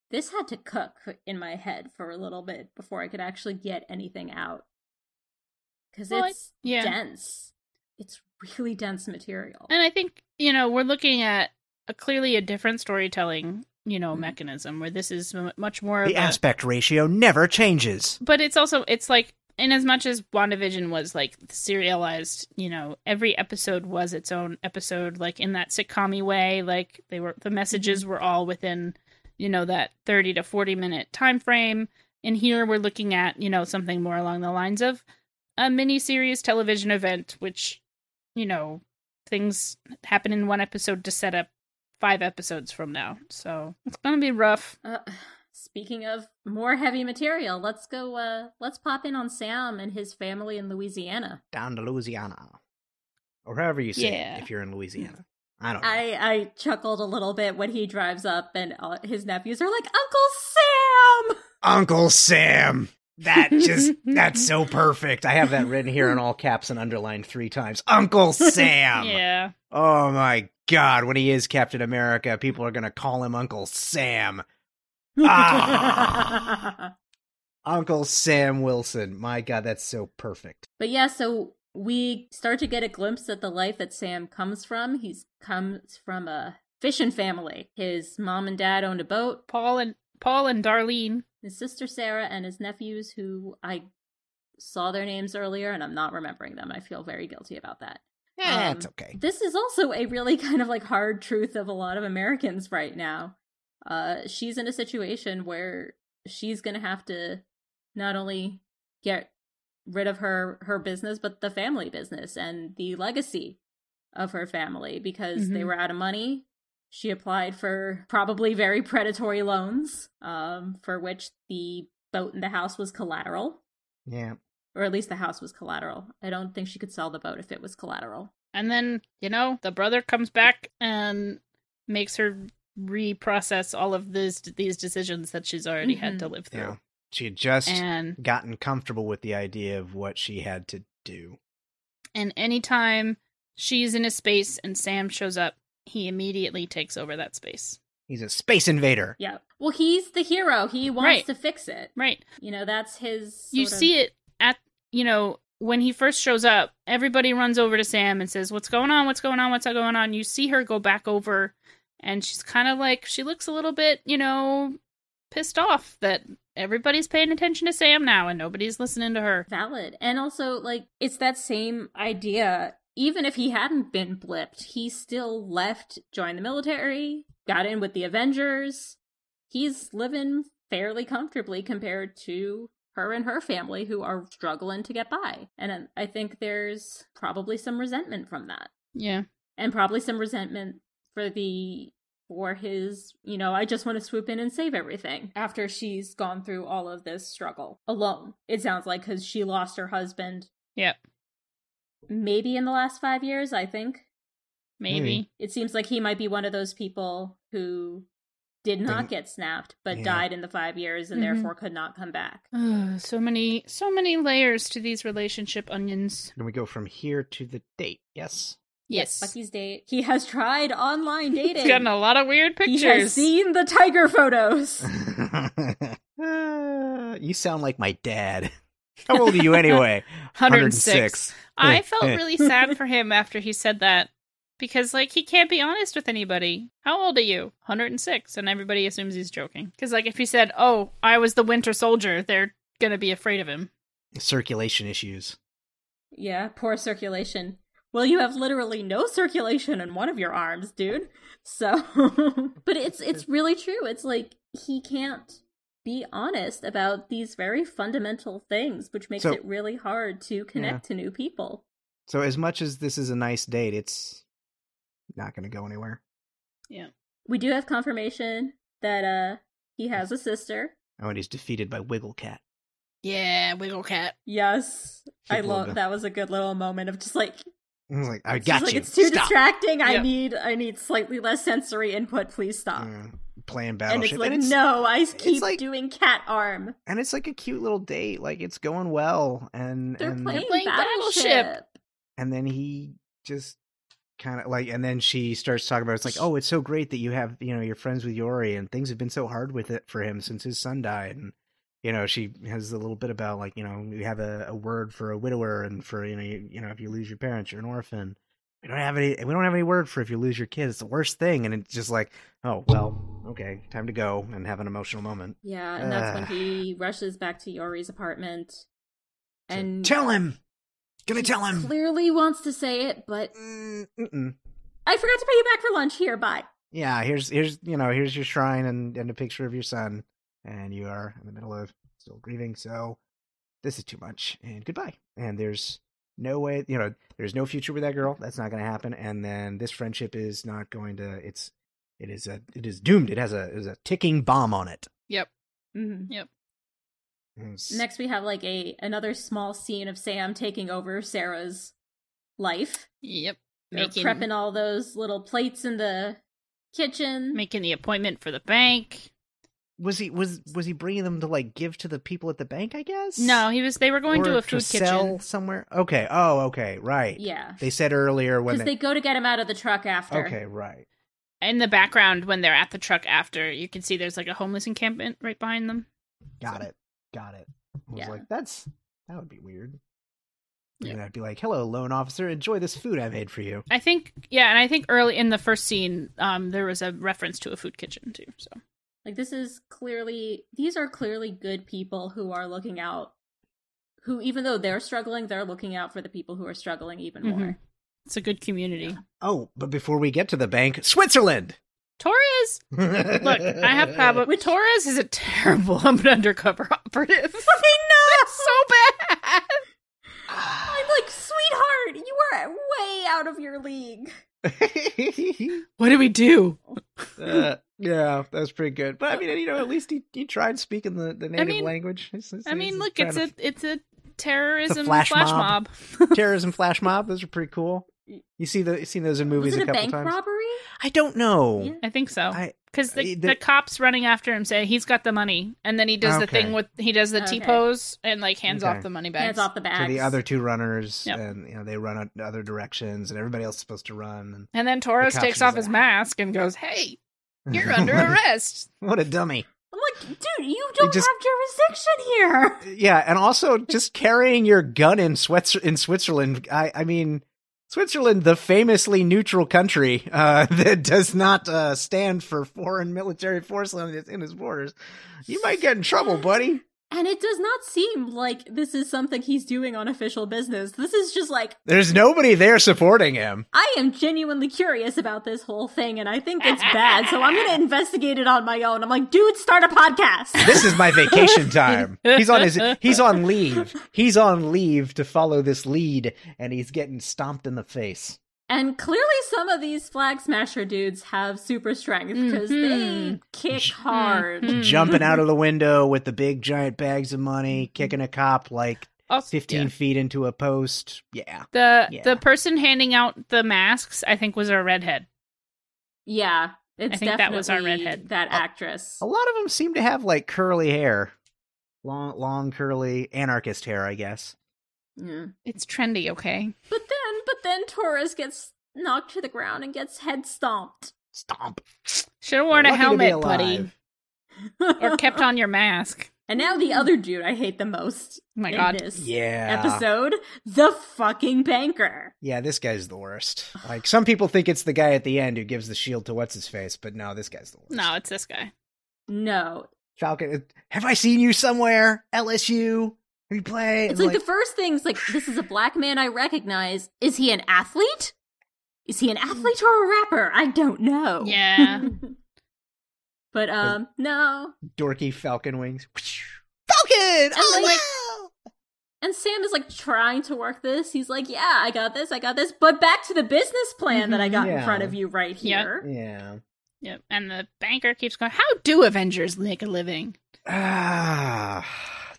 This had to cook in my head for a little bit before I could actually get anything out. Cuz Well, I- it's Yeah, dense. It's really dense material. and I think you know we're looking at a, clearly a different storytelling you Mm-hmm. know mechanism where this is m- much more The of a- aspect ratio never changes. but it's also it's like in as much as WandaVision was like serialized, you know, every episode was its own episode, like in that sitcom way, like they were the messages were all within, you know, that thirty to forty minute time frame. And here we're looking at, you know, something more along the lines of a mini series television event, which, you know, things happen in one episode to set up five episodes from now. So it's gonna be rough. Uh, speaking of more heavy material, let's go uh let's pop in on Sam and his family in Louisiana. Down to Louisiana, or however you say Yeah. it, if you're in Louisiana. I don't know. I I chuckled a little bit when he drives up and uh, his nephews are like, "Uncle Sam!" Uncle Sam. That just that's so perfect. I have that written here in all caps and underlined three times. Uncle Sam. yeah. Oh my god, when he is Captain America, people are gonna call him Uncle Sam. Ah. Uncle Sam Wilson. My god, that's so perfect. But yeah, so we start to get a glimpse at the life that Sam comes from. He's comes from a fishing family. His mom and dad owned a boat. Paul and Paul and Darlene. his sister Sarah and his nephews, who I saw their names earlier, and I'm not remembering them. I feel very guilty about that. Eh, Um, it's okay. This is also a really kind of like hard truth of a lot of Americans right now. Uh, she's in a situation where she's going to have to not only get rid of her her business, but the family business and the legacy of her family because they Mhm. were out of money. She applied for probably very predatory loans, um, for which the boat in the house was collateral, Yeah. or at least the house was collateral. I don't think she could sell the boat if it was collateral. And then, you know, the brother comes back and makes her reprocess all of these these decisions that she's already had Mhm. to live through. Yeah. She had just and gotten comfortable with the idea of what she had to do. and anytime she's in a space and Sam shows up, he immediately takes over that space. He's a space invader. Yeah. Well, he's the hero. He wants Right. to fix it. Right. You know, that's his. you sort of- see it at you know when he first shows up everybody runs over to sam and says what's going on what's going on what's going on you see her go back over and she's kind of like she looks a little bit you know pissed off that everybody's paying attention to sam now and nobody's listening to her valid. And also, like, it's that same idea. Even if he hadn't been blipped, he still left, joined the military, got in with the Avengers. He's living fairly comfortably compared to her and her family who are struggling to get by. And I I think there's probably some resentment from that. yeah and probably some resentment for the for his you know i just want to swoop in and save everything after she's gone through all of this struggle alone it sounds like because she lost her husband Yep. maybe in the last five years i think maybe Maybe. it seems like he might be one of those people who did not Didn't- get snapped but Yeah. died in the five years and Mhm. therefore could not come back Ugh, so many so many layers to these relationship onions And we go from here to the date. Yes. yes bucky's date he has tried online dating he's gotten a lot of weird he has pictures seen the tiger photos Uh, you sound like my dad. How old are you anyway? 106 I felt Eh. really sad for him after he said that because, like, he can't be honest with anybody. How old are you? 106. And everybody assumes he's joking. Because, like, if he said, Oh, I was the Winter Soldier, they're going to be afraid of him. Circulation issues. Yeah, poor circulation. Well, you have literally no circulation in one of your arms, dude. So, but it's it's really true. It's like he can't be honest about these very fundamental things, which makes So- it really hard to connect to new people. So as much as this is a nice date, it's not going to go anywhere. We do have confirmation that uh he has a sister. Oh, and he's defeated by Wiggle Cat. Yeah, Wiggle Cat. Yes, I People love have- that was a good little moment of just like I was like, I it's got just like, you. It's too Stop. distracting. I Yep. need I need slightly less sensory input. Please stop. Yeah. Playing and Battleship. it's like no, I keep like- doing cat arm. and it's like a cute little date. Like it's going well, and They're and, playing, playing Battleship. Battleship. and then he just kind of like, and then she starts talking about it's like, oh, it's so great that you have you know you're friends with Yori, and things have been so hard with it for him since his son died, and you know she has a little bit about like you know you have a, a word for a widower, and for you know you, you know if you lose your parents, you're an orphan. We don't have any. We don't have any word for if you lose your kid. It's the worst thing, and it's just like, oh well, okay, time to go and have an emotional moment. Yeah, and that's when Ugh. he rushes back to Yori's apartment So, and tell him. Gonna tell him. clearly wants to say it, but Mm, mm-mm. I forgot to pay you back for lunch. Here, bye. yeah here's here's you know here's your shrine and and a picture of your son and you are in the middle of still grieving so this is too much and goodbye and there's no way you know there's no future with that girl that's not going to happen and then this friendship is not going to it's it is a it is doomed it has a it is a ticking bomb on it Mm-hmm. It's- Next, we have like a another small scene of Sam taking over Sarah's life, Yep. They're Making, prepping all those little plates in the kitchen. making the appointment for the bank. was he was was he bringing them to like give to the people at the bank i guess No, he was. They were going Or to a food sell kitchen. somewhere okay oh okay right yeah, they said earlier when because they go to get him out of the truck after. okay right In the background, when they're at the truck after, you can see there's like a homeless encampment right behind them. Got it. Got it. I was Yeah. like, that's that would be weird. Yeah. And I'd be like, hello, loan officer, enjoy this food I made for you. I think, yeah, and I think early in the first scene, um, there was a reference to a food kitchen too. So Like this is clearly these are clearly good people who are looking out who even though they're struggling, they're looking out for the people who are struggling even Mhm. more. it's a good community. Oh, but before we get to the bank, Switzerland. Torres, Look, look, I have problems. Which- Torres is a terrible um, undercover operative. I know, so bad. I'm like, sweetheart, you are way out of your league. What do we do? uh, yeah, that was pretty good. But I mean, you know, at least he, he tried speaking the, the native mean- language. It's- it's- I mean, he's look, trying it's to- a it's a terrorism flash flash, mob. mob. terrorism flash mob. Those are pretty cool. You see the you seen those in movies Was it a a couple bank times. robbery? I don't know. Yeah. I think so. I Because the, Uh, the, the- cops running after him say he's got the money, and then he does the Okay. thing with he does the T Okay. pose and like hands Okay. off the money bags. Hands off the bags. to the other two runners, Yep. and you know they run out in other directions, and everybody else is supposed to run. And then Torres The takes caption's off his like- mask and goes, "Hey, And you're under what a- arrest." What a dummy! I'm like, dude, you don't just- have jurisdiction here. Yeah, and also just carrying your gun in Switzer- in Switzerland. I I mean, Switzerland, the famously neutral country uh, that does not uh, stand for foreign military force on its, in its borders. You might get in trouble, buddy. And it does not seem like this is something he's doing on official business. This is just like, There's nobody there supporting him. I am genuinely curious about this whole thing, and I think it's bad, so I'm going to investigate it on my own. I'm like, dude, start a podcast. This is my vacation time. He's on his he's on leave. He's on leave to follow this lead and he's getting stomped in the face. And clearly, some of these flag smasher dudes have super strength because Mhm. they kick hard. Mhm. Jumping out of the window with the big giant bags of money, kicking a cop like Also, 15 feet into a post. Yeah. The Yeah. the person handing out the masks, I think, was a redhead. Yeah, it's I think that definitely was our redhead. that actress. A lot of them seem to have like curly hair. Long long curly anarchist hair, I guess. Yeah. It's trendy, okay? But then, but then Torres gets knocked to the ground and gets head stomped. Stomp. Should have worn a Lucky to be helmet, buddy, alive. or kept on your mask. And now the other dude I hate the most Oh my in god, this Yeah. episode, the fucking banker. Yeah, this guy's the worst. Like some people think it's the guy at the end who gives the shield to what's his face, but no, this guy's the worst. no, it's this guy. No, Falcon. uh, Have I seen you somewhere? LSU. Have you played? it's And, like, the first thing's like, this is a black man I recognize. Is he an athlete? Is he an Mm. athlete or a rapper? I don't know. Yeah. but um, no. dorky Falcon wings. Falcon. like- Oh And Sam is like trying to work this. He's like, yeah, I got this, I got this. But back to the business plan that I got in Mm-hmm. Yeah. front of you right Yeah. here. no. Yeah. Yep. And the banker keeps going. How do Avengers make a living? Ah,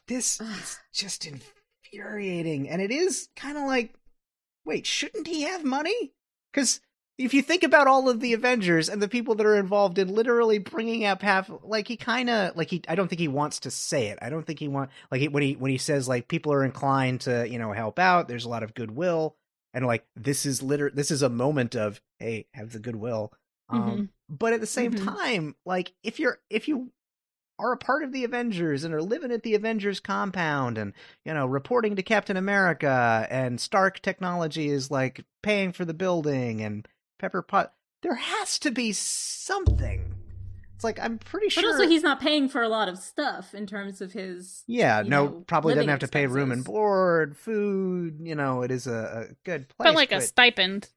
this is just infuriating, and it is kind of like, wait, shouldn't he have money? Because if you think about all of the Avengers and the people that are involved in literally bringing up half, like he kind of like he, I don't think he wants to say it. I don't think he want like he- when he when he says like people are inclined to you know help out. There's a lot of goodwill, and like this is liter this is a moment of hey, have the goodwill. Um, but at the same Mhm. time like if you're if you are a part of the avengers and are living at the avengers compound and you know reporting to captain america and stark technology is like paying for the building and pepper pot there has to be something it's like i'm pretty But sure also, he's not paying for a lot of stuff in terms of his. yeah you no know, probably doesn't living have to pay room and expenses. board food you know it is a, a good place but like a stipend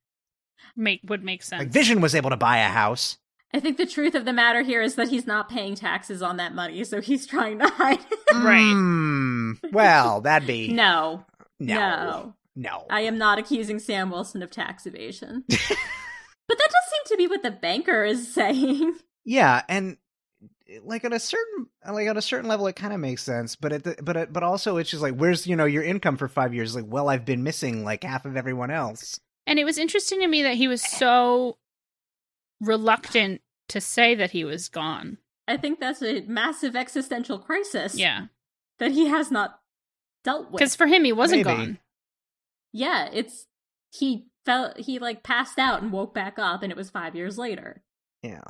make would make sense. like vision was able to buy a house I think the truth of the matter here is that he's not paying taxes on that money, so he's trying to hide it. Right. Mm, well that'd be no, no, no no I am not accusing Sam Wilson of tax evasion. but that does seem to be what the banker is saying. yeah and eh, like on a certain like on a certain level it kind of makes sense but at the, but it, but also it's just like where's you know your income for 5 years like well I've been missing like half of everyone else and it was interesting to me that he was so reluctant to say that he was gone. I think that's a massive existential crisis Yeah. that he has not dealt with. Because for him, he wasn't Maybe. gone. Yeah, it's he felt he like passed out and woke back up, and it was five years later. yeah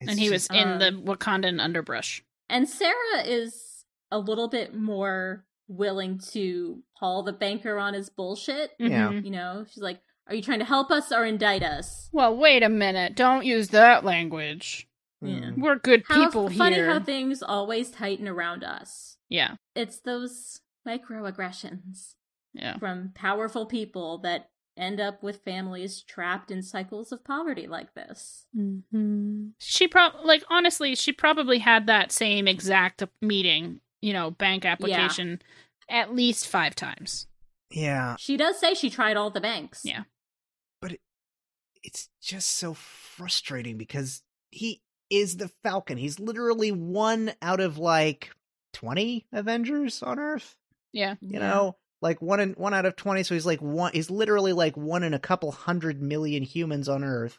It's and he was just- in uh, the Wakandan underbrush. And Sarah is a little bit more willing to haul the banker on his bullshit. yeah. Mhm. You know, she's like, "Are you trying to help us or indict us?" Well, wait a minute. Don't use that language. yeah. mm. We're good How people funny here. how things always tighten around us. yeah. It's those microaggressions Yeah. from powerful people that end up with families trapped in cycles of poverty like this. Mm-hmm. She probably, like, honestly, she probably had that same exact meeting, you know, bank application at least five times. yeah She does say she tried all the banks. Yeah. it's just so frustrating because he is the Falcon he's literally one out of like 20 Avengers on earth Yeah. you know like one in one out of 20 so he's like one he's literally like one in a couple hundred million humans on earth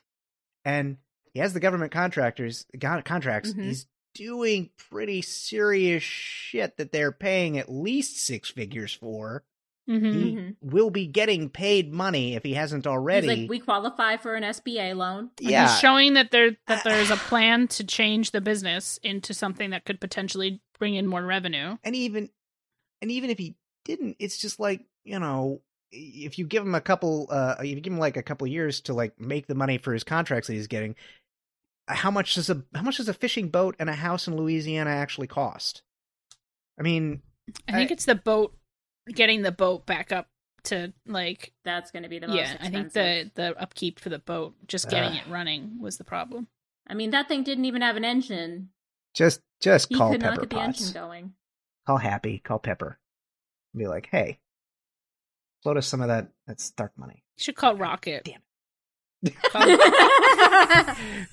and He has the government contractors got contracts. Mhm. He's doing pretty serious shit that they're paying at least six figures for. Mm-hmm. He will be getting paid money if he hasn't already. He's like, we qualify for an SBA loan. yeah, He's showing that there that there's a plan to change the business into something that could potentially bring in more revenue. and even and even if he didn't it's just like you know if you give him a couple uh if you give him like a couple years to like make the money for his contracts that he's getting uh, how much does a how much does a fishing boat and a house in louisiana actually cost i mean I think I- it's the boat getting the boat back up to like That's going to be the most yeah, I think expensive. the the upkeep for the boat, just getting Ugh. it running was the problem. I mean, that thing didn't even have an engine. just just He call could not pepper get the engine pots going. call happy call pepper be like hey float us some of that that stark money You should call Rocket. Damn Call-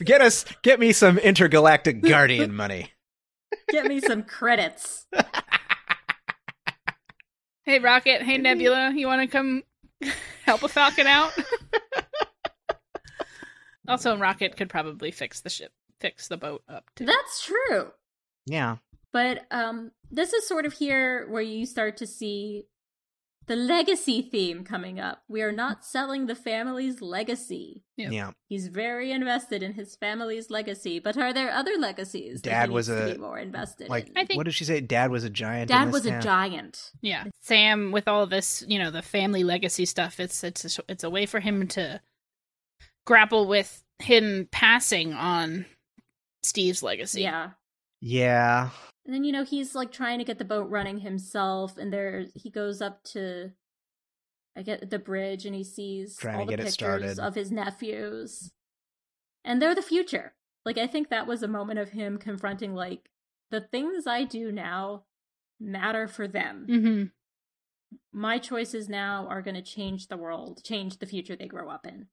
get us get me some intergalactic guardian money Get me some credits. hey Rocket, hey Nebula, you want to come help a Falcon out? also, Rocket could probably fix the ship, fix the boat up. Too. That's true. yeah But um, this is sort of here where you start to see the legacy theme coming up. We are not selling the family's legacy. Yeah. yeah He's very invested in his family's legacy, but are there other legacies? that Dad he was needs to a- be more invested. like in? I think- what did she say dad was a giant in Dad this was a town? giant. Yeah, Sam with all this, you know, the family legacy stuff. It's it's a, it's a way for him to grapple with him passing on Steve's legacy. Yeah. yeah And then you know he's like trying to get the boat running himself, and there he goes up to, I get the bridge, and he sees Trying to all the get it pictures started. of his nephews, and they're the future. Like I think that was a moment of him confronting like the things I do now matter for them. hmm My choices now are going to change the world, change the future they grow up in.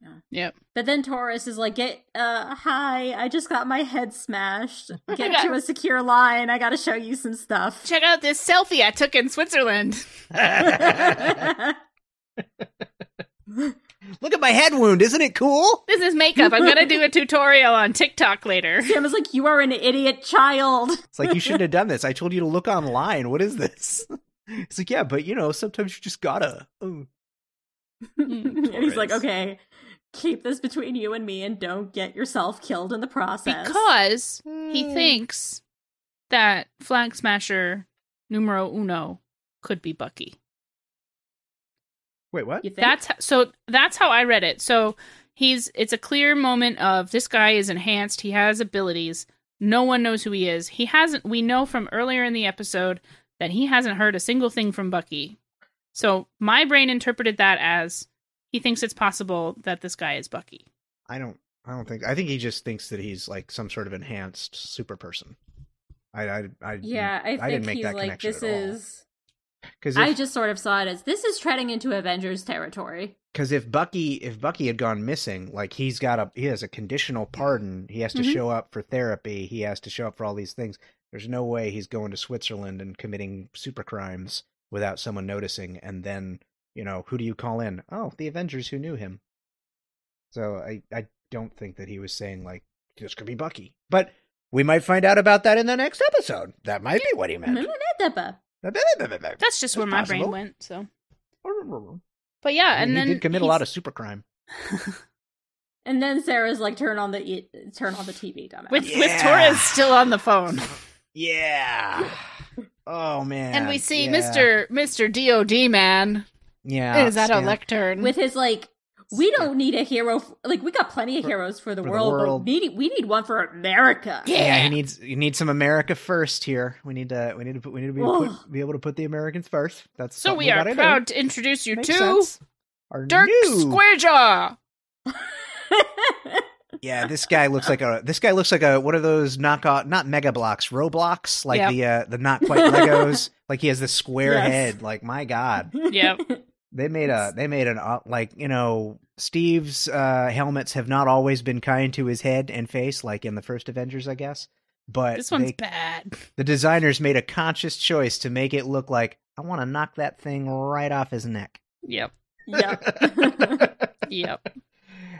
Yeah. Yep. But then Taurus is like, "Get uh, hi! I just got my head smashed. Get got- to a secure line. I got to show you some stuff." Check out this selfie I took in Switzerland. Look at my head wound. Isn't it cool? This is makeup. I'm gonna do a tutorial on TikTok later. Sam is like, "You are an idiot, child." It's like, you shouldn't have done this. I told you to look online. What is this? It's like, yeah, but you know, sometimes you just gotta. Ooh. and he's like, Taurus. "Okay, keep this between you and me, and don't get yourself killed in the process." Because he Hmm. thinks that Flag Smasher numero uno could be Bucky. Wait, what? you think? That's how, so. That's how I read it. So he's. It's a clear moment of this guy is enhanced. He has abilities. No one knows who he is. He hasn't. We know from earlier in the episode that he hasn't heard a single thing from Bucky. So my brain interpreted that as he thinks it's possible that this guy is Bucky. I don't. I don't think. I think he just thinks that he's like some sort of enhanced super person. I. I. Mm-hmm. I yeah. I think didn't make he's that like, connection "This at all. is." Because I just sort of saw it as this is treading into Avengers territory. because if Bucky if Bucky had gone missing, like he's got a he has a conditional pardon. He has to Mhm. show up for therapy. He has to show up for all these things. There's no way he's going to Switzerland and committing super crimes without someone noticing. And then you know who do you call in? Oh, the Avengers who knew him. So I I don't think that he was saying like this could be Bucky, but we might find out about that in the next episode. That might be what he meant. Mm-hmm. That's just That's where my brain possible. went. So, but yeah, I mean, and then he did commit a he's- lot of super crime. And then Sarah's like, "Turn on the e- turn on the TV, dumbass." with with Yeah. Torres still on the phone. Yeah. Oh man. And we see Yeah. Mr. Mr. DOD man Yeah. is at a Stan- lectern. with his like we don't need a hero f like we got plenty of For- heroes for the, for the world, world. but we need, we need one for america Yeah. Yeah, he needs you need some America first here. We need to we need to put, we need to be, Ugh. put, be able to put the Americans first. That's So something we are gotta do. proud to introduce you Makes to sense. Our Dirk new- Squarejaw. Yeah, this guy looks like a this guy looks like a one of those knockout not mega blocks, Roblox, like Yep. the uh, the not quite Legos. like he has this square Yes. head. Like my god. Yep. They made a they made an au- like you know Steve's uh, helmets have not always been kind to his head and face like in the first Avengers I guess, but This one's they- bad. the designers made a conscious choice to make it look like I want to knock that thing right off his neck. Yep. yep and Yep.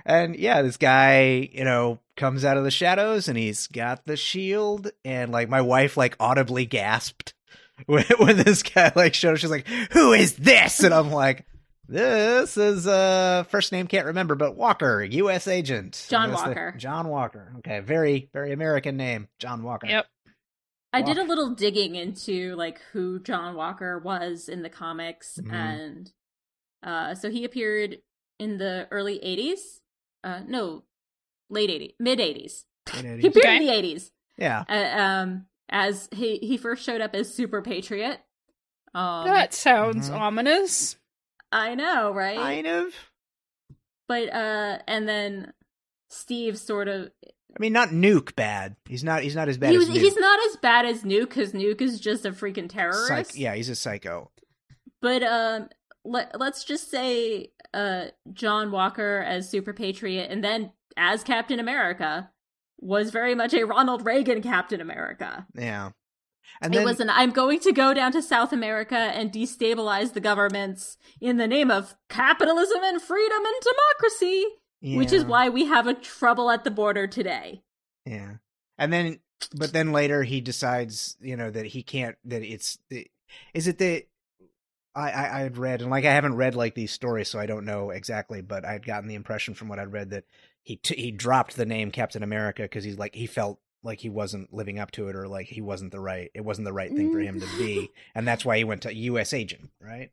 And yeah, this guy, you know, comes out of the shadows and he's got the shield. And like my wife, like audibly gasped when, when this guy like showed up. She's like, "Who is this?" And I'm like, "This is uh first name can't remember, but Walker, U.S. agent, John I guess the- Walker. John Walker. Okay, very very American name, John Walker. Yep. I did a Walker. little digging into like who John Walker was in the comics, Mhm. and uh, so he appeared in the early '80s. Uh, no, late '80s, mid '80s. He appeared in Okay. the '80s. Yeah, Uh, um, as he he first showed up as Super Patriot. Um, that sounds mhm. ominous. I know, right? kind of. But uh, and then Steve sort of I mean, not nuke bad. He's not. He's not as bad he was as nuke. he's not as bad as Nuke because Nuke is just a freaking terrorist. Psych- yeah, he's a psycho. But um, let, let's just say uh, John Walker as Super Patriot and then as Captain America was very much a Ronald Reagan Captain America. Yeah, and it then was an I'm going to go down to South America and destabilize the governments in the name of capitalism and freedom and democracy, which is Yeah, why we have a trouble at the border today. Yeah, and then but then later he decides you know that he can't that it's it, is it that I, I I had read and like I haven't read like these stories so I don't know exactly but I'd gotten the impression from what I'd read that he t- he dropped the name Captain America because he's like he felt like he wasn't living up to it or like he wasn't the right it wasn't the right thing for him to be and that's why he went to U.S. agent right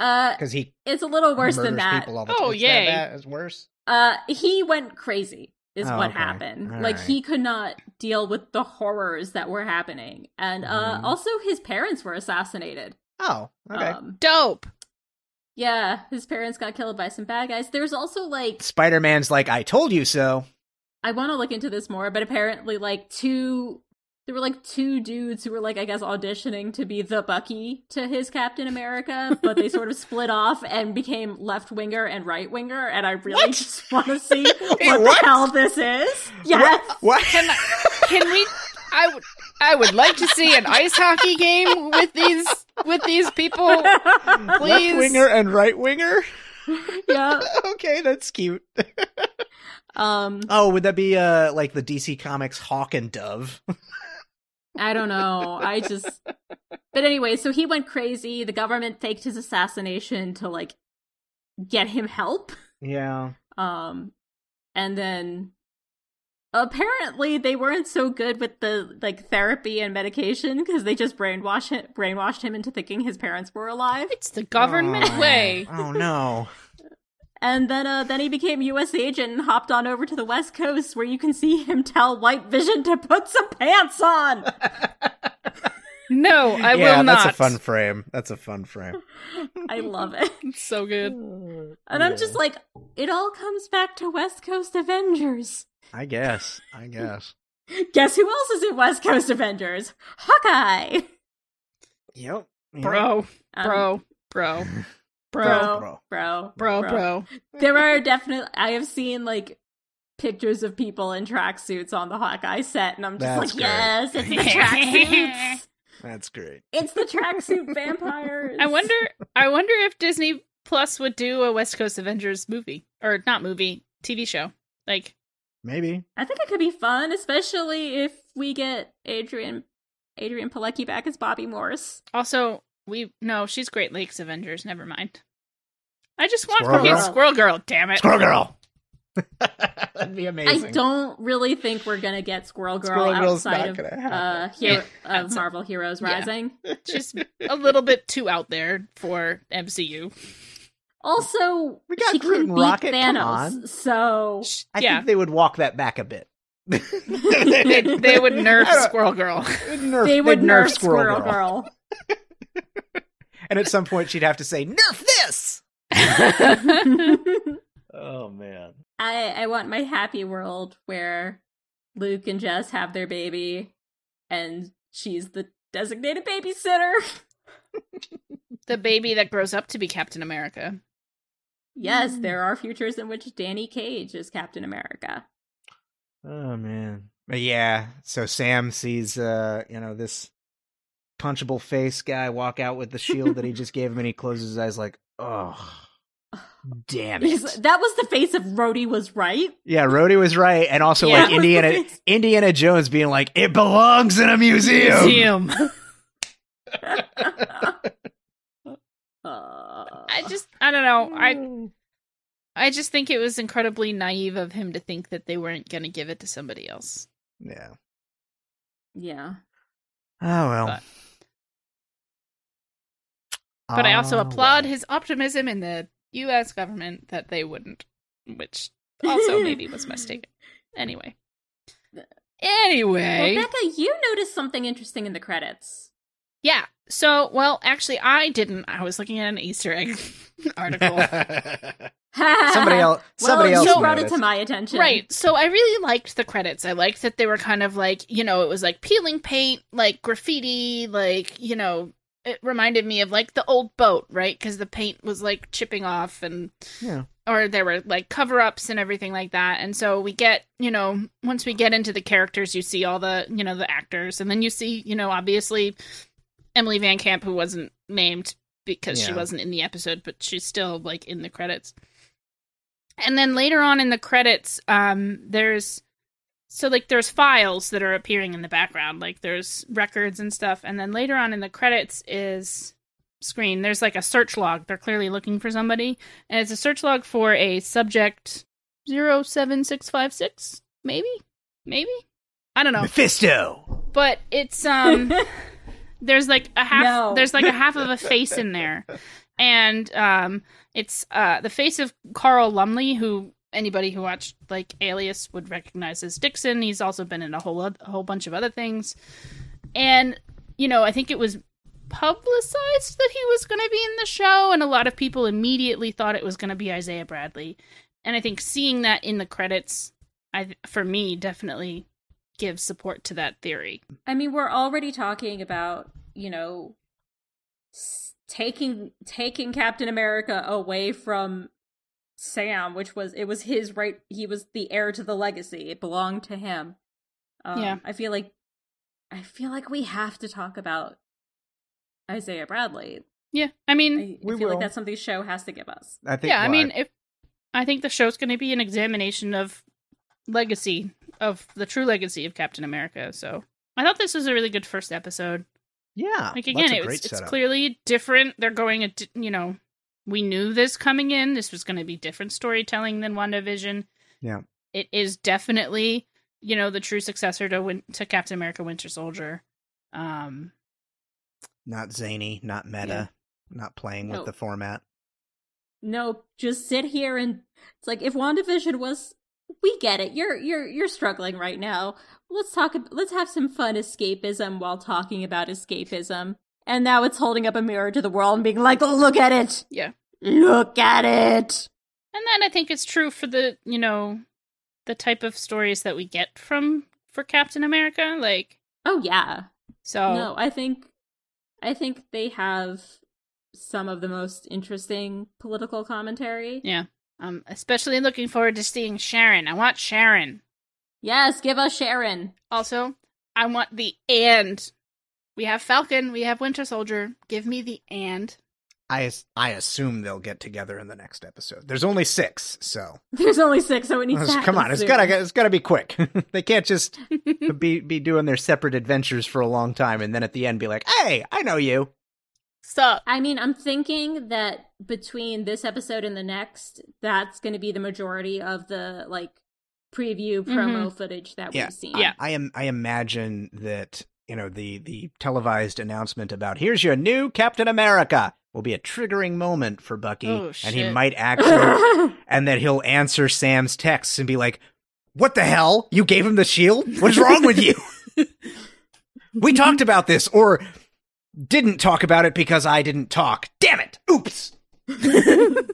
Uh, because he it's a little worse than murders that. people all the Oh, time. It's that yay. bad? It's worse. Uh, he went crazy, is Oh, what okay. happened. All like right. he could not deal with the horrors that were happening, and uh, Mhm. also his parents were assassinated. Oh, okay. Um, Dope. yeah, his parents got killed by some bad guys. There's also like Spider Man's like, I told you so. I want to look into this more, but apparently, like two, there were like two dudes who were like, I guess, auditioning to be the Bucky to his Captain America, but they sort of split off and became left winger and right winger. And I really What? just want to see what, what? the hell this is. Yes, What? Can Can we? I would. I would like to see an ice hockey game with these with these people. Left Please. winger and right winger? yeah. okay, that's cute. Um, oh, would that be uh like the DC Comics Hawk and Dove? I don't know. I just. But anyway, so he went crazy. The government faked his assassination to like get him help. Yeah. Um, and then apparently they weren't so good with the like therapy and medication because they just brainwash him, brainwashed him into thinking his parents were alive. It's the government Oh. way. Oh no. And then, uh, then he became U.S. agent and hopped on over to the West Coast where you can see him tell White Vision to put some pants on. No, I yeah, will not. that's a fun frame. That's a fun frame. I love it. It's so good. And I'm just like, it all comes back to West Coast Avengers. I guess. I guess. Guess who else is in West Coast Avengers? Hawkeye. Yep. Yep. Bro, Um, bro, bro, bro, Bro. Bro. bro, bro, bro. There are definitely. I have seen like pictures of people in tracksuits on the Hawkeye set, and I'm just like, That's great. yes, it's the tracksuits. That's great. it's the tracksuit vampires. I wonder. I wonder if Disney Plus would do a West Coast Avengers movie or not movie TV show. Like, Maybe. I think it could be fun, especially if we get Adrian Adrian Pilecki back as Bobby Morse. also, we no, she's Great Lakes Avengers. Never mind. I just want Squirrel fucking Girl? Squirrel Girl. Damn it, Squirrel Girl. That'd be amazing. I don't really think we're gonna get Squirrel Girl Squirrel Girl's outside not of gonna uh, happen. Hero- Yeah. of Marvel Heroes Yeah. Rising. just a little bit too out there for MCU. Also, We got she Groot couldn't and beat Rocket, come Thanos, so I yeah, think they would walk that back a bit. they, they, they would nerf I don't- Squirrel Girl. They'd nerf, they would they'd nerf, Squirrel, Girl. And at some point, she'd have to say, "Nerf this!" Oh man. I I want my happy world where Luke and Jess have their baby, and she's the designated babysitter. the baby that grows up to be Captain America. yes, Mm. there are futures in which Danny Cage is Captain America. Oh man. But yeah. So Sam sees, uh, you know, this punchable face guy walk out with the shield that he just gave him, and he closes his eyes like, "Oh, Damn Because it. that was the face of Rhodey was right. Yeah, Rhodey was right, and also Yeah. like Indiana Indiana Jones being like, "It belongs in a museum." Museum. Uh, I just I don't know. I I just think it was incredibly naive of him to think that they weren't going to give it to somebody else. Yeah. yeah. Oh well. But- But I also Oh, applaud well. his optimism in the U.S. government that they wouldn't, which also maybe was mistaken. Anyway, anyway, Well, Becca, you noticed something interesting in the credits. yeah. So, well, actually, I didn't. I was looking at an Easter egg article. somebody Well, else. Somebody you else brought it noticed. to my attention, Right. So I really liked the credits. I liked that they were kind of like, you know, it was like peeling paint, like graffiti, like, you know, it reminded me of like the old boat, right? Because the paint was like chipping off and, Yeah. or there were like cover ups and everything like that. And so we get, you know, once we get into the characters, you see all the, you know, the actors. And then you see, you know, obviously Emily Van Camp, who wasn't named because she Yeah. wasn't in the episode, but she's still like in the credits. And then later on in the credits, um, there's so like there's files that are appearing in the background, like there's records and stuff. And then later on in the credits is screen. There's like a search log. They're clearly looking for somebody, and it's a search log for a subject 07656, maybe, maybe. I don't know, Mephisto. but it's um there's like a half No. there's like a half of a face in there and um it's uh the face of carl lumley who anybody who watched like alias would recognize as dixon he's also been in a whole oth- a whole bunch of other things and you know i think it was publicized that he was going to be in the show and a lot of people immediately thought it was going to be isaiah bradley and i think seeing that in the credits i th- for me definitely gives support to that theory I mean, we're already talking about you know s- taking taking Captain America away from Sam, which was it was his right. He was the heir to the legacy; it belonged to him. Um, Yeah. I feel like I feel like we have to talk about Isaiah Bradley. Yeah, I mean, I, I Mm-hmm. We feel will. like that's something the show has to give us. I think. yeah, I well, mean, if I think the show's going to be an examination of legacy of the true legacy of Captain America. So I thought this was a really good first episode. yeah. Like lots of again, Ah, it was, great it's setup. clearly different. They're going, a, di- you know, we knew this coming in. This was going to be different storytelling than WandaVision. Yeah. it is definitely you know the true successor to Win- to Captain America: Winter Soldier. Um, Not zany. Not meta. Yeah. Not playing with No. the format. no, just sit here and it's like if WandaVision was we get it. You're you're you're struggling right now. Let's talk ab- let's have some fun escapism while talking about escapism. And now it's holding up a mirror to the world and being like, "Look at it." Yeah. Look at it. And then I think it's true for the, you know, the type of stories that we get from for Captain America. Like Oh yeah. Oh. so No, I think I think they have some of the most interesting political commentary. yeah. Um especially looking forward to seeing Sharon. I want Sharon. Yes, give us Sharon. Also, I want the and. We have Falcon, we have Winter Soldier. Give me the and. I as- I assume they'll get together in the next episode. There's only six, so There's only 6, so it needs to Oh, come on. happen It's soon. gotta it's gotta be quick. they can't just be be doing their separate adventures for a long time and then at the end be like, "Hey, I know you." So I mean, I'm thinking that between this episode and the next, that's going to be the majority of the like preview promo footage that Yeah. we've seen. Yeah. I am I imagine that you know the the televised announcement about here's your new Captain America will be a triggering moment for Bucky, Oh, and he shit. might actually and that he'll answer Sam's texts and be like, "What the hell? You gave him the shield? What's wrong with you?" we talked about this, or didn't talk about it because I didn't talk. Damn it! Oops. oh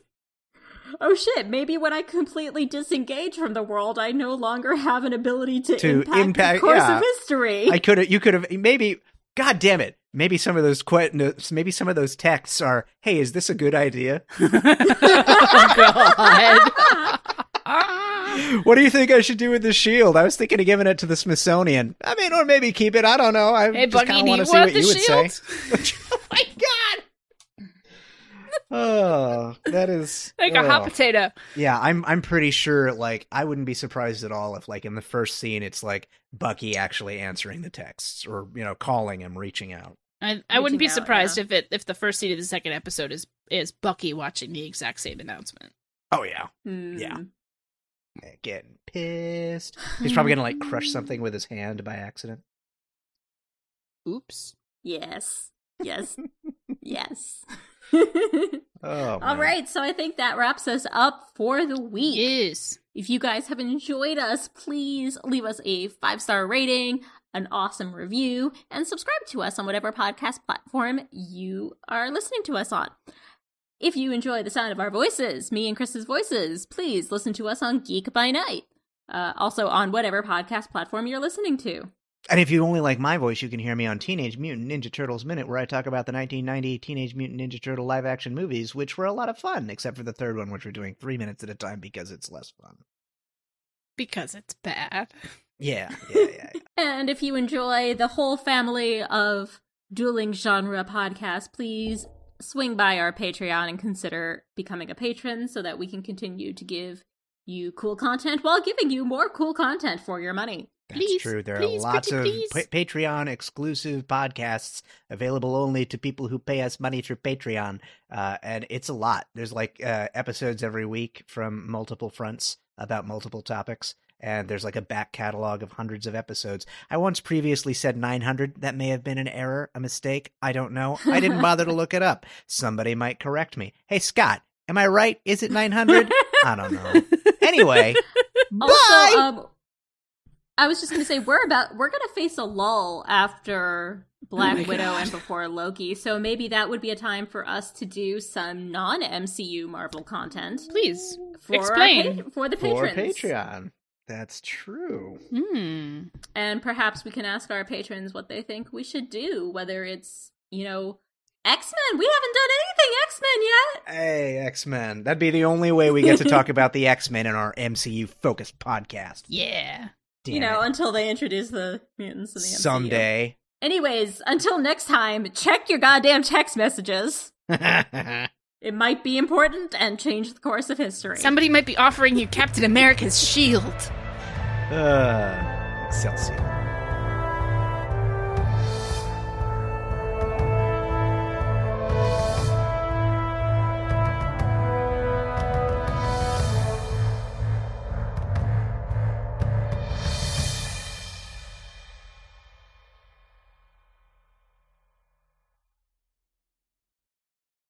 shit! Maybe when I completely disengage from the world, I no longer have an ability to, To impact, impact- the course yeah. of history. I could have. You could have. Maybe. God damn it. Maybe some of those que- no, maybe some of those texts are, "Hey, is this a good idea? What do you think I should do with the shield? I was thinking of giving it to the Smithsonian. I mean, or maybe keep it. I don't know. I Hey just Bucky, kind of do want you Oh to see what you want the would say. shield? oh my god. Oh, that is like a hot oh. potato. Yeah, I'm I'm pretty sure like I wouldn't be surprised at all if like in the first scene it's like Bucky actually answering the texts or you know calling him reaching out. I, I wouldn't be Reaching out, surprised yeah. if it if the first scene of the second episode is is Bucky watching the exact same announcement. Oh yeah. Hmm. Yeah. Getting pissed. He's probably going to like crush something with his hand by accident. Oops. Yes. Yes. yes. Oh. All right, so I think that wraps us up for the week. Yes. If you guys have enjoyed us, please leave us a five star rating, an awesome review, and subscribe to us on whatever podcast platform you are listening to us on. If you enjoy the sound of our voices, me and Chris's voices, please listen to us on Geek by Night, uh, also on whatever podcast platform you're listening to. And if you only like my voice, you can hear me on Teenage Mutant Ninja Turtles Minute, where I talk about the 1990 Teenage Mutant Ninja Turtle live action movies, which were a lot of fun, except for the third one, which we're doing three minutes at a time because it's less fun. Because it's bad. Yeah, yeah, yeah. yeah. And if you enjoy the whole family of dueling genre podcasts, please swing by our Patreon and consider becoming a patron so that we can continue to give you cool content while giving you more cool content for your money. That's Please, true. There please, are lots pretty of please. pa- Patreon exclusive podcasts available only to people who pay us money through Patreon, uh, and it's a lot. There's like uh, episodes every week from multiple fronts about multiple topics, and there's like a back catalog of hundreds of episodes. I once previously said 900. That may have been an error, a mistake. I don't know. I didn't bother to look it up. Somebody might correct me. Hey, Scott, am I right? Is it 900? I don't know. Anyway, bye. Also, um, I was just going to say we're about we're going to face a lull after Black my Widow God. and before Loki, so maybe that would be a time for us to do some non MCU Marvel content Please. for our Explain. pa- for the for patrons. Patreon. That's true. Hmm. and perhaps we can ask our patrons what they think we should do whether it's you know x-men we haven't done anything x-men yet Hey, X Men. That'd be the only way we get to talk about the X Men in our MCU focused podcast. Yeah. Damn you know it. until they introduce the mutants in the MCU. someday. anyways until next time check your goddamn text messages That's it might be important and change the course of history Somebody might be offering you Captain America's shield. uh, Excelsior.